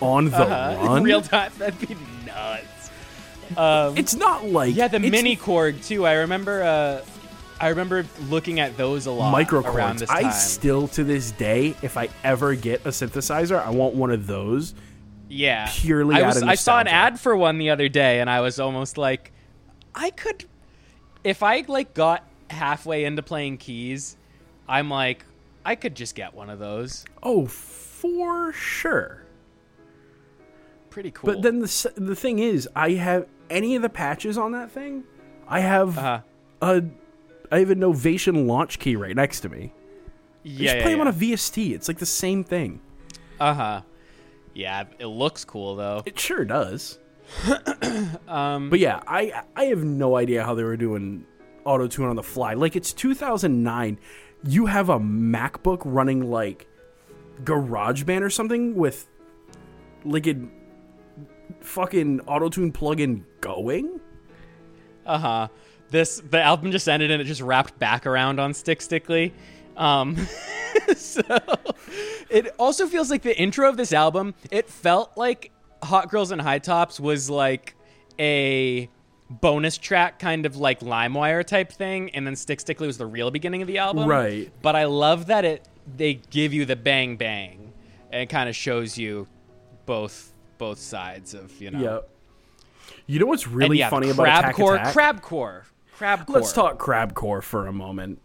Speaker 1: on the
Speaker 2: Uh,
Speaker 1: run?
Speaker 2: real time, that'd be nuts. Um,
Speaker 1: it's not like
Speaker 2: Yeah, the
Speaker 1: it's
Speaker 2: mini Korg too. I remember. Uh, I remember looking at those a lot Uh, around
Speaker 1: microcords.
Speaker 2: this time.
Speaker 1: I still to this day, if I ever get a synthesizer, I want one of those.
Speaker 2: yeah,
Speaker 1: purely
Speaker 2: I
Speaker 1: out
Speaker 2: was.
Speaker 1: of
Speaker 2: I saw an
Speaker 1: nostalgia.
Speaker 2: ad for one the other day, and I was almost like, I could, if I like got halfway into playing keys, I'm like, I could just get one of those.
Speaker 1: Oh, for sure.
Speaker 2: Pretty cool.
Speaker 1: But then the s- the thing is, I have any of the patches on that thing. I have
Speaker 2: uh,
Speaker 1: a I have a Novation launch key right next to me.
Speaker 2: yeah,
Speaker 1: Just
Speaker 2: yeah,
Speaker 1: play them on
Speaker 2: yeah.
Speaker 1: a VST. It's like the same thing.
Speaker 2: uh huh. Yeah, it looks cool though.
Speaker 1: It sure does.
Speaker 2: Um,
Speaker 1: but yeah, I I have no idea how they were doing auto tune on the fly. Like it's 2009, you have a MacBook running like GarageBand or something with like a fucking auto tune plugin going.
Speaker 2: Uh huh. This the album just ended and it just wrapped back around on Stick Stickly. Um, so it also feels like the intro of this album. It felt like Hot Girls and High Tops was like a bonus track, kind of like LimeWire type thing, and then Stick Stickly was the real beginning of the album.
Speaker 1: Right.
Speaker 2: But I love that it they give you the bang bang, and it kind of shows you both both sides of you know.
Speaker 1: Yeah. You know what's
Speaker 2: And
Speaker 1: really
Speaker 2: yeah, the
Speaker 1: funny about
Speaker 2: crab
Speaker 1: Attack
Speaker 2: core,
Speaker 1: Attack?
Speaker 2: crab core, crab core.
Speaker 1: Let's talk crab core for a moment.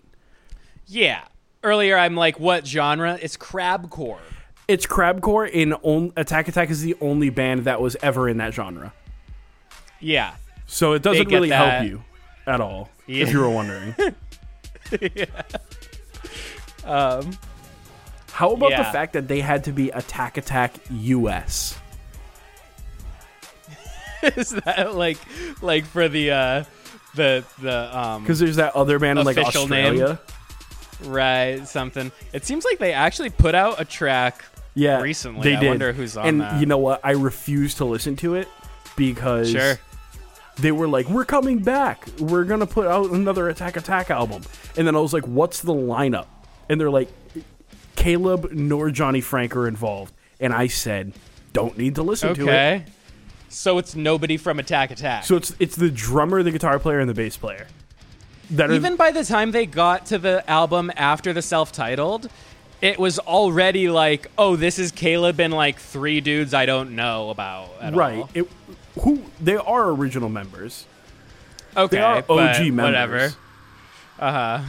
Speaker 2: Yeah. Earlier, I'm like, what genre? It's crabcore.
Speaker 1: It's crabcore in on- Attack Attack is the only band that was ever in that genre.
Speaker 2: Yeah.
Speaker 1: So it doesn't
Speaker 2: get
Speaker 1: really
Speaker 2: that.
Speaker 1: help you at all if
Speaker 2: Yeah.
Speaker 1: you were wondering. yeah. Um how about the
Speaker 2: Um, yeah.
Speaker 1: fact that they had to be Attack Attack US?
Speaker 2: Is that like, like for the, uh, the, the, um,
Speaker 1: Cuz there's that other band in like
Speaker 2: Official name.
Speaker 1: Australia.
Speaker 2: right, something. It seems like they actually put out a track.
Speaker 1: Yeah.
Speaker 2: recently.
Speaker 1: They
Speaker 2: I
Speaker 1: did.
Speaker 2: wonder who's on
Speaker 1: And
Speaker 2: that.
Speaker 1: you know what? I refuse to listen to it because
Speaker 2: Sure.
Speaker 1: they were like, "We're coming back. We're gonna put out another Attack Attack album." And then I was like, "What's the lineup?" And they're like, "Caleb nor Johnny Frank are involved." And I said, "Don't need to listen to it."
Speaker 2: Okay. So it's nobody from Attack Attack.
Speaker 1: So it's it's the drummer, the guitar player, and the bass player. That are,
Speaker 2: Even by the time they got to the album after the self-titled, it was already like, oh, this is Caleb and like three dudes I don't know about at
Speaker 1: right.
Speaker 2: all.
Speaker 1: It, who they are original members.
Speaker 2: Okay,
Speaker 1: They are OG
Speaker 2: but
Speaker 1: members.
Speaker 2: Whatever. Uh-huh.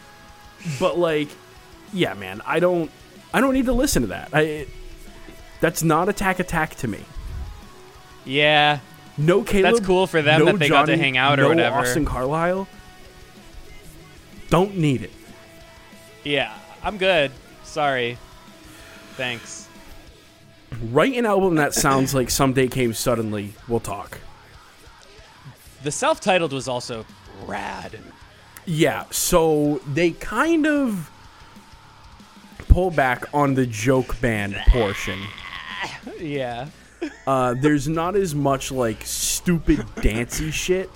Speaker 1: but like yeah man i don't i don't need to listen to that i it, that's not attack attack to me
Speaker 2: Yeah,
Speaker 1: no caleb
Speaker 2: That's cool for them
Speaker 1: no
Speaker 2: that they got to
Speaker 1: Johnny,
Speaker 2: hang out or
Speaker 1: no
Speaker 2: whatever.
Speaker 1: austin carlisle don't need it
Speaker 2: yeah. I'm good. Sorry. Thanks.
Speaker 1: write an album that sounds like someday came suddenly we'll talk
Speaker 2: The self-titled was also rad.
Speaker 1: yeah so they kind of pull back on the joke band portion
Speaker 2: Yeah.
Speaker 1: uh, there's not as much like stupid dancey shit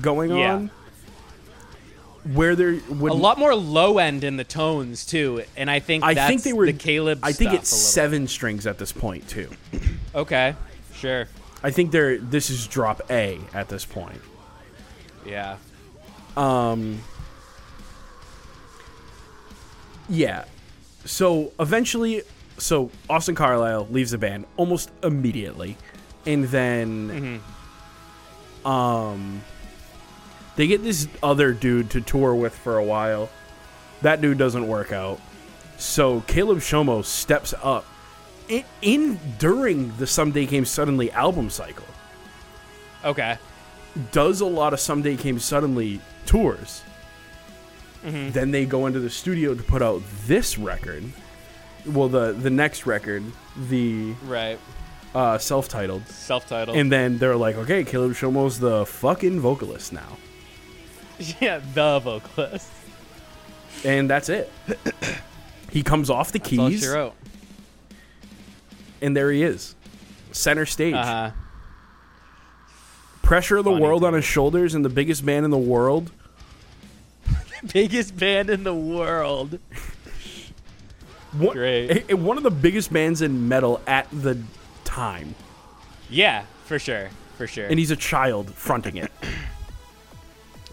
Speaker 1: going
Speaker 2: Yeah.
Speaker 1: on where there would
Speaker 2: A lot more low end in the tones too, and I think
Speaker 1: I
Speaker 2: that's
Speaker 1: think they were
Speaker 2: the Caleb.
Speaker 1: I think
Speaker 2: stuff
Speaker 1: it's
Speaker 2: a little.
Speaker 1: seven strings at this point too.
Speaker 2: Okay, sure.
Speaker 1: I think they're this is drop A at this point.
Speaker 2: Yeah.
Speaker 1: Yeah. So eventually, so Austin Carlisle leaves the band almost immediately, and then, um, they get this other dude to tour with for a while. That dude doesn't work out, so Caleb Shomo steps up in, in during the Someday Came Suddenly album cycle.
Speaker 2: Okay.
Speaker 1: does a lot of someday came suddenly tours
Speaker 2: Mm-hmm.
Speaker 1: then they go into the studio to put out this record well the the next record the
Speaker 2: Right.
Speaker 1: uh self-titled
Speaker 2: Self-titled.
Speaker 1: and then they're like okay caleb shomo's the fucking vocalist now
Speaker 2: yeah, the vocalist.
Speaker 1: and that's it he comes off the
Speaker 2: That's all
Speaker 1: keys
Speaker 2: she wrote.
Speaker 1: and there he is center stage
Speaker 2: Uh huh.
Speaker 1: pressure of the
Speaker 2: Funny
Speaker 1: world on
Speaker 2: dude.
Speaker 1: his shoulders and the biggest man in the world
Speaker 2: Biggest band in the world.
Speaker 1: one,
Speaker 2: Great.
Speaker 1: eh, one of the biggest bands in metal at the time
Speaker 2: Yeah, for sure. For sure.
Speaker 1: and he's a child fronting it.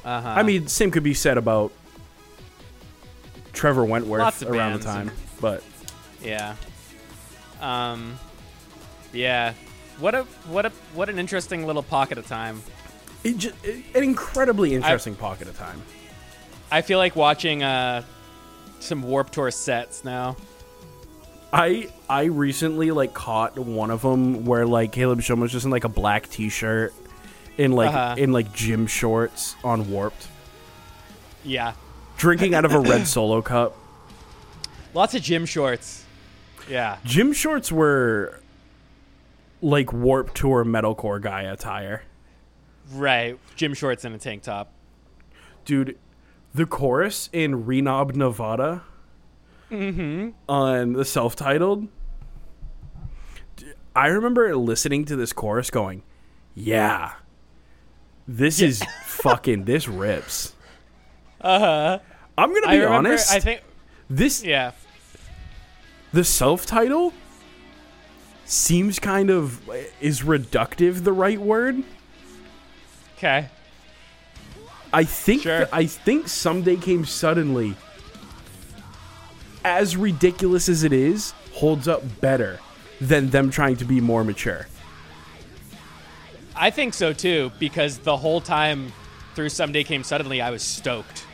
Speaker 1: Uh-huh. I mean, same could be said about Trevor Wentworth
Speaker 2: Lots of
Speaker 1: around the
Speaker 2: bands
Speaker 1: time,
Speaker 2: and-
Speaker 1: but
Speaker 2: Yeah. Um. Yeah. What a what a what an interesting little pocket of time.
Speaker 1: it ju- an incredibly interesting pocket of time.
Speaker 2: I feel like watching uh some Warp Tour sets now.
Speaker 1: I I recently like caught one of them where like Caleb Shum was just in like a black T-shirt in like
Speaker 2: Uh-huh.
Speaker 1: in like gym shorts on Warped,
Speaker 2: Yeah.
Speaker 1: drinking out of a red solo cup.
Speaker 2: Lots of gym shorts. Yeah.
Speaker 1: Gym shorts were like warp tour metalcore guy attire.
Speaker 2: Right. Jim shorts and a tank top.
Speaker 1: Dude, the chorus in Renob Nevada
Speaker 2: Mm-hmm.
Speaker 1: on the self titled. I remember listening to this chorus going, Yeah. This is fucking this rips. Uh huh. I'm gonna be
Speaker 2: Uh-huh. I remember.
Speaker 1: honest.
Speaker 2: I think.
Speaker 1: this
Speaker 2: Yeah.
Speaker 1: the self title seems kind of is reductive the right word
Speaker 2: Okay.
Speaker 1: i think
Speaker 2: Sure.
Speaker 1: i think someday came suddenly as ridiculous as it is holds up better than them trying to be more mature
Speaker 2: I think so too, because the whole time through Someday Came Suddenly, I was stoked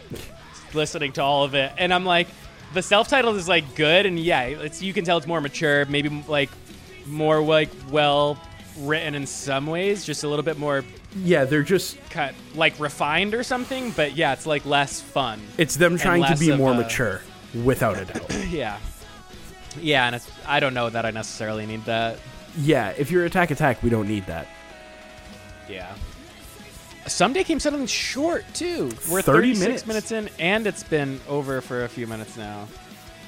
Speaker 2: listening to all of it. And I'm like, the self titled is like good, and yeah, it's you can tell it's more mature, maybe like more like well written in some ways, just a little bit more
Speaker 1: yeah they're just
Speaker 2: cut, like refined or something. But yeah, it's like less fun.
Speaker 1: it's them trying to
Speaker 2: less
Speaker 1: be
Speaker 2: of
Speaker 1: more
Speaker 2: a-
Speaker 1: mature without a doubt
Speaker 2: yeah. Yeah, and it's, I don't know that I necessarily need that.
Speaker 1: yeah if you're attack attack we don't need that
Speaker 2: Yeah. Someday came suddenly short too.
Speaker 1: 30
Speaker 2: We're 36
Speaker 1: minutes.
Speaker 2: minutes. in, and it's been over for a few minutes now.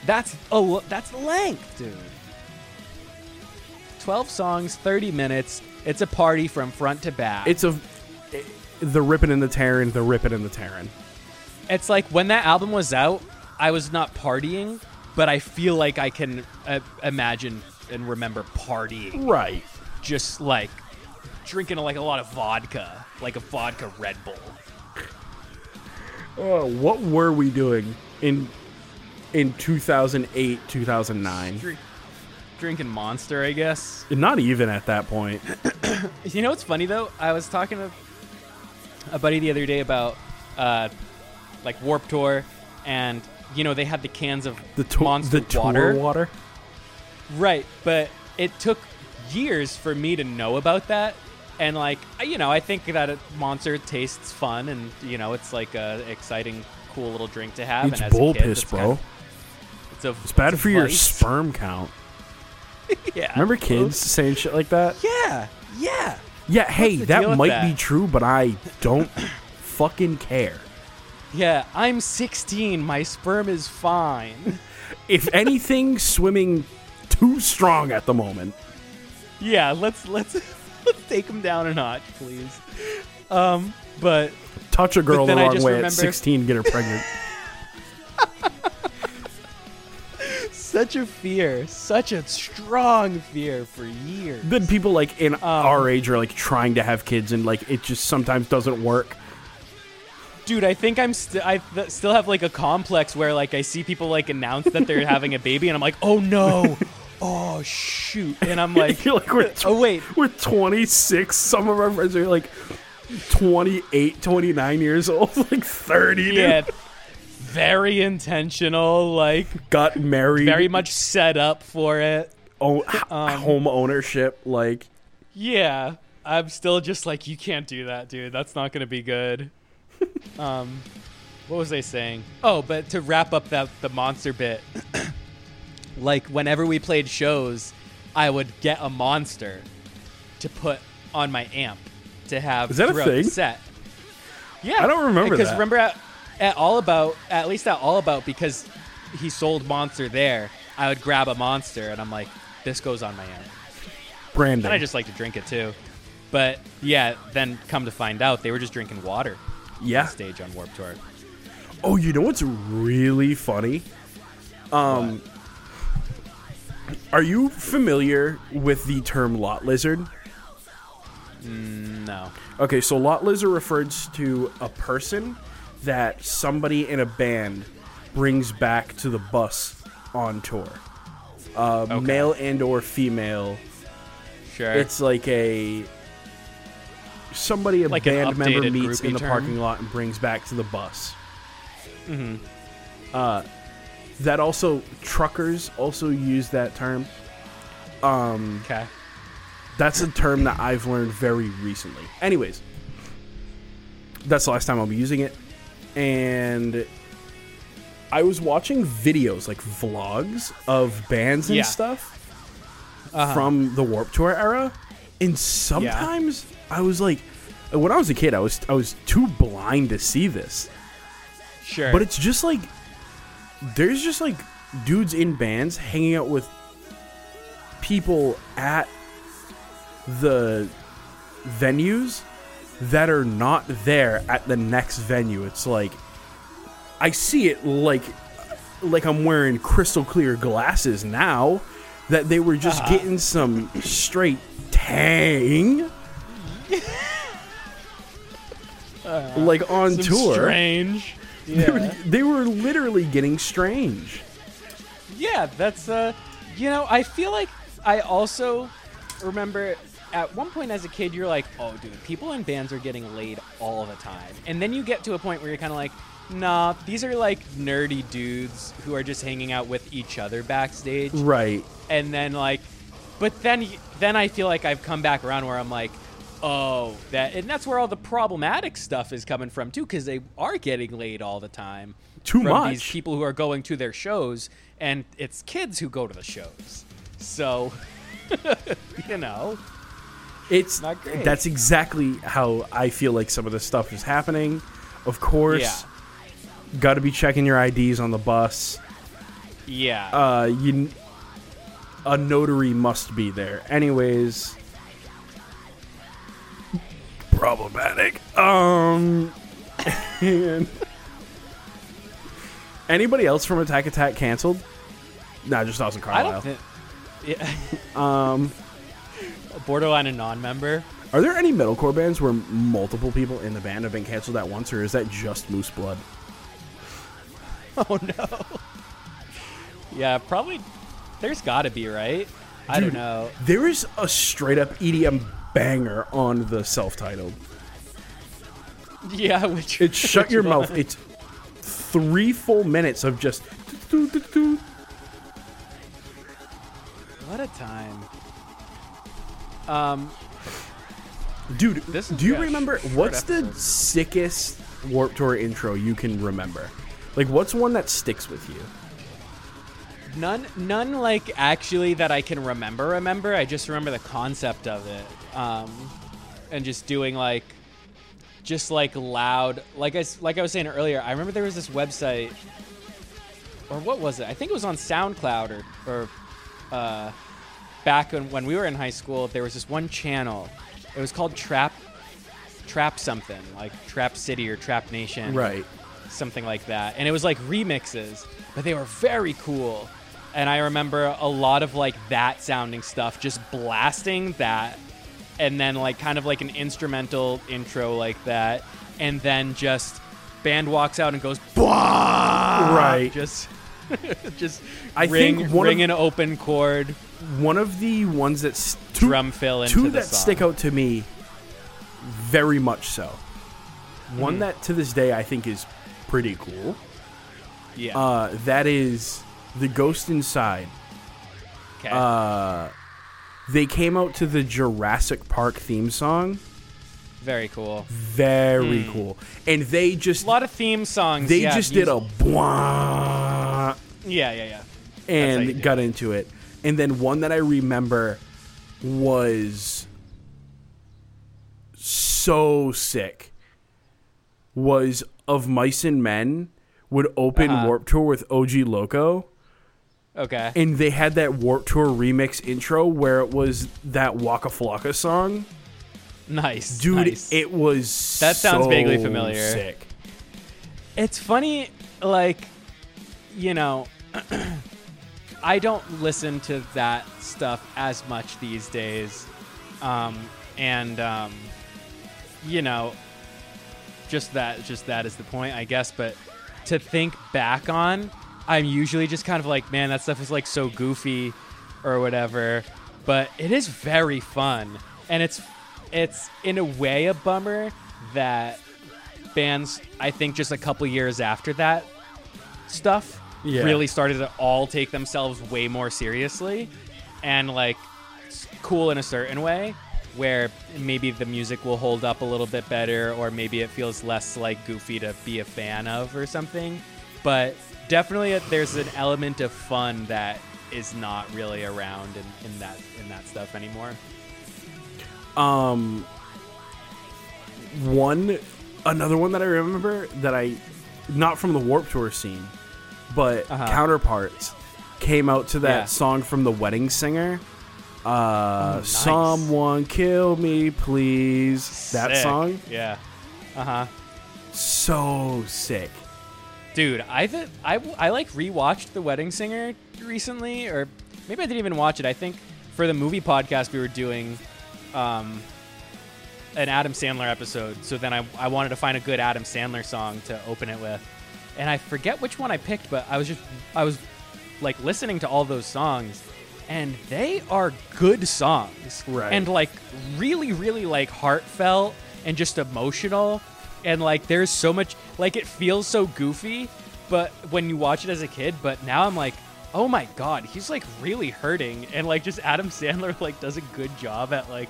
Speaker 2: That's oh, that's length, dude. Twelve songs, 30 minutes. It's a party from front to back.
Speaker 1: it's a the ripping and the tearing the ripping and the tearing
Speaker 2: it's like when that album was out, I was not partying, but I feel like I can uh, imagine and remember partying.
Speaker 1: right
Speaker 2: just like drinking like a lot of vodka, like a vodka Red Bull.
Speaker 1: Oh, what were we doing in in 2008, 2009?
Speaker 2: Drink, drinking Monster, I guess.
Speaker 1: Not even at that point.
Speaker 2: You know what's funny though? I was talking to a buddy the other day about uh, like Warp Tour, and you know they had the cans of
Speaker 1: The to-
Speaker 2: Monster
Speaker 1: the tour
Speaker 2: water,
Speaker 1: water.
Speaker 2: right? But it took years for me to know about that. And like I- you know, I think that it, Monster tastes fun, and you know, it's like a exciting, cool little drink to have.
Speaker 1: It's
Speaker 2: and as a
Speaker 1: bull
Speaker 2: kid,
Speaker 1: piss,
Speaker 2: it's
Speaker 1: bro.
Speaker 2: kind of- it's a
Speaker 1: it's bad
Speaker 2: a
Speaker 1: for your
Speaker 2: vice.
Speaker 1: sperm count.
Speaker 2: Yeah.
Speaker 1: Remember kids saying shit like that?
Speaker 2: Yeah. Yeah.
Speaker 1: Yeah, hey,
Speaker 2: the deal
Speaker 1: that
Speaker 2: with
Speaker 1: might
Speaker 2: that?
Speaker 1: be true, but I don't fucking care.
Speaker 2: Yeah, I'm 16. My sperm is fine.
Speaker 1: If anything, swimming too strong at the moment.
Speaker 2: yeah, let's let's let's take him down a notch, please. Um, but
Speaker 1: Touch a girl the
Speaker 2: then I
Speaker 1: wrong way
Speaker 2: just
Speaker 1: at
Speaker 2: remember-
Speaker 1: 16, get her pregnant.
Speaker 2: such a fear, such a strong fear for years.
Speaker 1: then people like
Speaker 2: Um,
Speaker 1: in our age are like trying to have kids and like it just sometimes doesn't work.
Speaker 2: Dude, I think I'm st- I th- still have like a complex where like I see people like announce that they're having a baby and I'm like, "Oh no. oh shoot." And I'm like,
Speaker 1: You're like we're tw-
Speaker 2: "Oh wait,
Speaker 1: we're 26. Some of our friends are like 28, 29 years old, like 30.
Speaker 2: yeah."
Speaker 1: Yeah,
Speaker 2: Very intentional, like
Speaker 1: got married.
Speaker 2: very much set up for it.
Speaker 1: own, Oh, h-
Speaker 2: um,
Speaker 1: home ownership. Like
Speaker 2: Yeah, I'm still just like, you can't do that, dude. That's not gonna be good. um, what was I saying? Oh, but to wrap up that the monster bit, like whenever we played shows, I would get a monster to put on my amp to have
Speaker 1: Is that a
Speaker 2: throughout the
Speaker 1: thing?
Speaker 2: set. Yeah,
Speaker 1: I don't remember
Speaker 2: because
Speaker 1: that.
Speaker 2: remember at, at all about at least at all about because he sold monster there. I would grab a monster and I'm like, this goes on my amp.
Speaker 1: Brandon.
Speaker 2: And I just like to drink it too. But yeah, then come to find out, they were just drinking water
Speaker 1: yeah.
Speaker 2: on stage on Warp Tour.
Speaker 1: Oh, you know what's really funny? Um, are you familiar with the term lot lizard?
Speaker 2: No.
Speaker 1: Okay, so lot lizard refers to a person that somebody in a band brings back to the bus on tour. Uh, Male and or female.
Speaker 2: Sure.
Speaker 1: It's like a somebody a
Speaker 2: Like an
Speaker 1: band member
Speaker 2: updated
Speaker 1: meets in
Speaker 2: groupie
Speaker 1: the
Speaker 2: term?
Speaker 1: parking lot and brings back to the bus. Mm-hmm. Uh, that also truckers also use that term.
Speaker 2: okay.
Speaker 1: That's a term that I've learned very recently. Anyways, that's the last time I'll be using it. And I was watching videos, like vlogs of bands and
Speaker 2: Yeah.
Speaker 1: stuff from the Warp Tour era, And sometimes I was like, when I was a kid, I was I was too blind to see this.
Speaker 2: Sure.
Speaker 1: But it's just like there's just like dudes in bands hanging out with people at the venues that are not there at the next venue. It's like I see it like like I'm wearing crystal clear glasses now that they were just
Speaker 2: Uh-huh.
Speaker 1: getting some straight tang like on
Speaker 2: Uh-huh. Some
Speaker 1: tour.
Speaker 2: Strange.
Speaker 1: They were- they were literally getting strange.
Speaker 2: Yeah, that's uh you know, I feel like I also remember at one point as a kid you're like, "Oh, dude, people in bands are getting laid all the time." And then you get to a point where you're kind of like, "Nah, these are like nerdy dudes who are just hanging out with each other backstage."
Speaker 1: Right.
Speaker 2: And then like but then y- then I feel like I've come back around where I'm like, "Oh, that and that's where all the problematic stuff is coming from too cuz they are getting laid all the time."
Speaker 1: Too
Speaker 2: from
Speaker 1: much.
Speaker 2: these people who are going to their shows, and it's kids who go to the shows. So, you know,
Speaker 1: It's
Speaker 2: Not great.
Speaker 1: that's exactly how I feel like some of this stuff is happening. Of course, got to be checking your IDs on the bus.
Speaker 2: yeah, yeah,
Speaker 1: Uh, you a notary must be there. Anyways, problematic. Um and anybody else from Attack Attack canceled? Nah, just Austin
Speaker 2: I
Speaker 1: Carlisle.
Speaker 2: don't think. Yeah. um, borderline a non-member.
Speaker 1: Are there any metalcore bands where multiple people in the band have been canceled at once, or is that just Moose Blood?
Speaker 2: Oh no. Yeah, probably. There's got to be right. I don't
Speaker 1: Dude,
Speaker 2: know.
Speaker 1: There is a straight up EDM banger on the self titled.
Speaker 2: Yeah, which
Speaker 1: It's Shut
Speaker 2: which
Speaker 1: Your
Speaker 2: one?
Speaker 1: Mouth. It's three full minutes of just.
Speaker 2: What a time. Um,
Speaker 1: Dude,
Speaker 2: This is-
Speaker 1: do you
Speaker 2: yeah,
Speaker 1: remember
Speaker 2: short
Speaker 1: what's the
Speaker 2: episode.
Speaker 1: sickest Warp Tour intro you can remember? Like, what's one that sticks with you?
Speaker 2: None, none like actually that I can remember. Remember, I just remember the concept of it, um, and just doing like, just like loud, like I s- like I was saying earlier. I remember there was this website, or what was it? I think it was on SoundCloud or or uh, back when when we were in high school. There was this one channel. It was called Trap, Trap something like Trap City or Trap Nation
Speaker 1: Right.
Speaker 2: something like that. And it was like remixes, but they were very cool. And I remember a lot of like that sounding stuff, just blasting that, and then like kind of like an instrumental intro like that, and then just band walks out and goes
Speaker 1: right.
Speaker 2: just just
Speaker 1: I
Speaker 2: ring
Speaker 1: think one of-
Speaker 2: ring an open chord
Speaker 1: one of the ones that s- two,
Speaker 2: Drum fill into
Speaker 1: two
Speaker 2: the
Speaker 1: that
Speaker 2: song.
Speaker 1: stick out to me very much so
Speaker 2: Hmm.
Speaker 1: one that to this day i think is pretty cool
Speaker 2: yeah
Speaker 1: uh, that is the ghost inside
Speaker 2: okay
Speaker 1: uh, they came out to the jurassic park theme song
Speaker 2: very cool
Speaker 1: very cool and they just
Speaker 2: a lot of theme songs
Speaker 1: they
Speaker 2: Hmm. yeah,
Speaker 1: just did a
Speaker 2: used-
Speaker 1: bwah
Speaker 2: yeah yeah yeah That's how you do
Speaker 1: and
Speaker 2: it.
Speaker 1: got into it. And then one that I remember was so sick was of Mice and Men would open
Speaker 2: Uh-huh.
Speaker 1: Warp Tour with OG Loco
Speaker 2: okay
Speaker 1: and they had that Warp Tour remix intro where it was that Waka Flocka song.
Speaker 2: nice
Speaker 1: Dude,
Speaker 2: nice.
Speaker 1: it was
Speaker 2: That sounds
Speaker 1: so
Speaker 2: vaguely familiar.
Speaker 1: Sick.
Speaker 2: It's funny, like, you know, I don't listen to that stuff as much these days. Um, and, um, you know, just that, just that is the point, I guess. But to think back on, I'm usually just kind of like, man, that stuff is like so goofy or whatever. But it is very fun. And it's, it's in a way a bummer that bands i think just a couple years after that stuff
Speaker 1: Yeah.
Speaker 2: really started to all take themselves way more seriously and like it's cool in a certain way where maybe the music will hold up a little bit better or maybe it feels less like goofy to be a fan of or something but definitely it- there's an element of fun that is not really around in, in that in that stuff anymore
Speaker 1: one another one that I remember that I not from the Warp Tour scene, but counterparts came out to that
Speaker 2: Uh-huh. Yeah. Oh,
Speaker 1: song from the Wedding Singer. Uh, Someone kill me, please. That
Speaker 2: Sick.
Speaker 1: song
Speaker 2: Yeah.
Speaker 1: so sick.
Speaker 2: Dude, I th- I w- I like rewatched The Wedding Singer recently, or maybe I didn't even watch it. I think for the movie podcast we were doing, um, an Adam Sandler episode. So then I I wanted to find a good Adam Sandler song to open it with, and I forget which one I picked, but I was just I was like listening to all those songs, and they are good songs,
Speaker 1: Right.
Speaker 2: And like really really like heartfelt and just emotional and like there's so much like it feels so goofy but when you watch it as a kid but now i'm like oh my god he's like really hurting and like just adam sandler like does a good job at like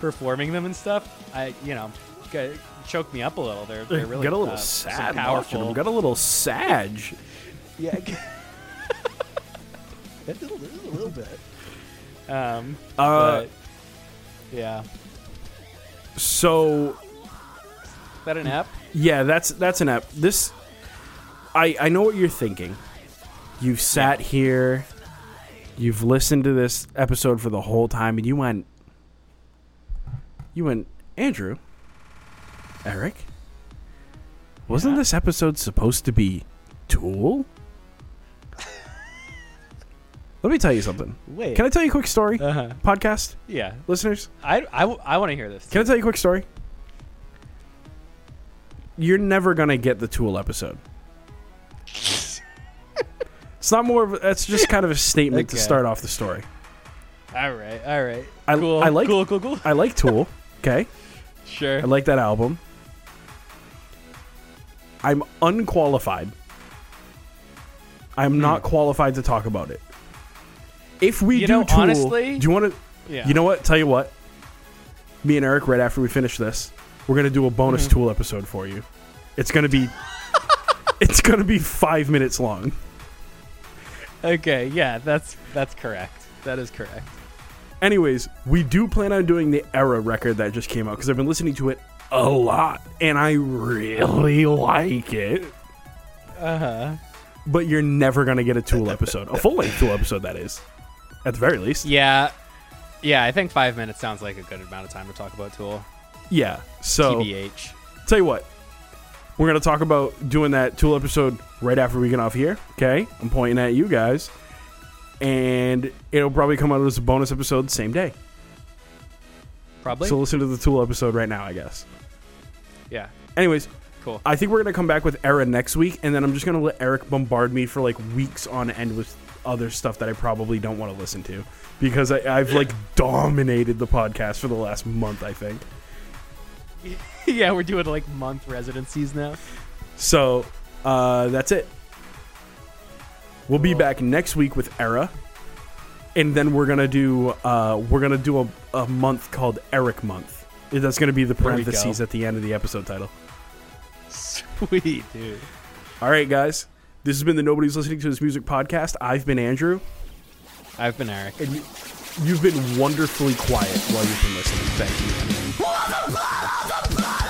Speaker 2: performing them and stuff i you know g- choke me up a little they're, they're really
Speaker 1: got a little
Speaker 2: uh, some
Speaker 1: sad watching
Speaker 2: powerful
Speaker 1: them. Got a little sag.
Speaker 2: yeah
Speaker 3: Just a little, a little bit.
Speaker 2: um
Speaker 1: Uh,
Speaker 2: but, yeah
Speaker 1: so
Speaker 2: is that an app
Speaker 1: Yeah, that's that's an app. This, I I know what you're thinking. You've sat here, you've listened to this episode for the whole time, and you went, you went, Andrew, Eric, wasn't this episode supposed to be Tool? Let me tell you something.
Speaker 3: Wait.
Speaker 1: Can I tell you a quick story,
Speaker 2: uh-huh
Speaker 1: podcast
Speaker 2: yeah
Speaker 1: listeners?
Speaker 2: i i, want to hear this
Speaker 1: Can I tell you a quick story? You're never gonna get the Tool episode. it's not more of. a- That's just kind of a statement to
Speaker 2: Okay.
Speaker 1: start off the story.
Speaker 2: all right all right
Speaker 1: I-
Speaker 2: cool
Speaker 1: I like-
Speaker 2: cool cool cool
Speaker 1: I like Tool. Okay,
Speaker 2: sure
Speaker 1: I like that album. I'm unqualified. I'm
Speaker 2: Hmm.
Speaker 1: not qualified to talk about it. If we
Speaker 2: You
Speaker 1: do
Speaker 2: know,
Speaker 1: Tool,
Speaker 2: honestly-
Speaker 1: do you want to?
Speaker 2: yeah
Speaker 1: You know what? Tell you what. Me and Eric, right after we finish this, we're gonna do a bonus Tool episode for you. It's gonna be, it's gonna be five minutes long.
Speaker 2: Okay, yeah, that's that's correct. That is correct.
Speaker 1: Anyways, we do plan on doing the Era record that just came out because I've been listening to it a lot and I really like it.
Speaker 2: Uh huh.
Speaker 1: Uh-huh. But you're never gonna get a Tool episode, a full length Tool episode that is, at the very least.
Speaker 2: Yeah, yeah. I think five minutes sounds like a good amount of time to talk about Tool.
Speaker 1: Yeah. So
Speaker 2: TBH.
Speaker 1: tell you what we're gonna talk about doing that tool episode right after we get off here okay i'm pointing at you guys and it'll probably come out as a bonus episode same day
Speaker 2: Probably.
Speaker 1: so listen to the tool episode right now i guess
Speaker 2: yeah.
Speaker 1: anyways
Speaker 2: Cool.
Speaker 1: i think we're gonna come back with era next week and then i'm just gonna let eric bombard me for like weeks on end with other stuff that i probably don't want to listen to because I, i've like dominated the podcast for the last month i think
Speaker 2: yeah, we're doing like month residencies now.
Speaker 1: So uh, that's it. We'll be back next week with Era, and then we're gonna do uh, we're gonna do a, a month called Eric Month. That's gonna be the
Speaker 2: There we go.
Speaker 1: parentheses at the end of the episode title.
Speaker 2: Sweet dude.
Speaker 1: All right, guys, this has been the Nobody's Listening to This Music podcast. I've been Andrew,
Speaker 2: I've been Eric.
Speaker 1: and you, you've been wonderfully quiet while you've been listening. Thank you.
Speaker 3: Mother, mother, mother.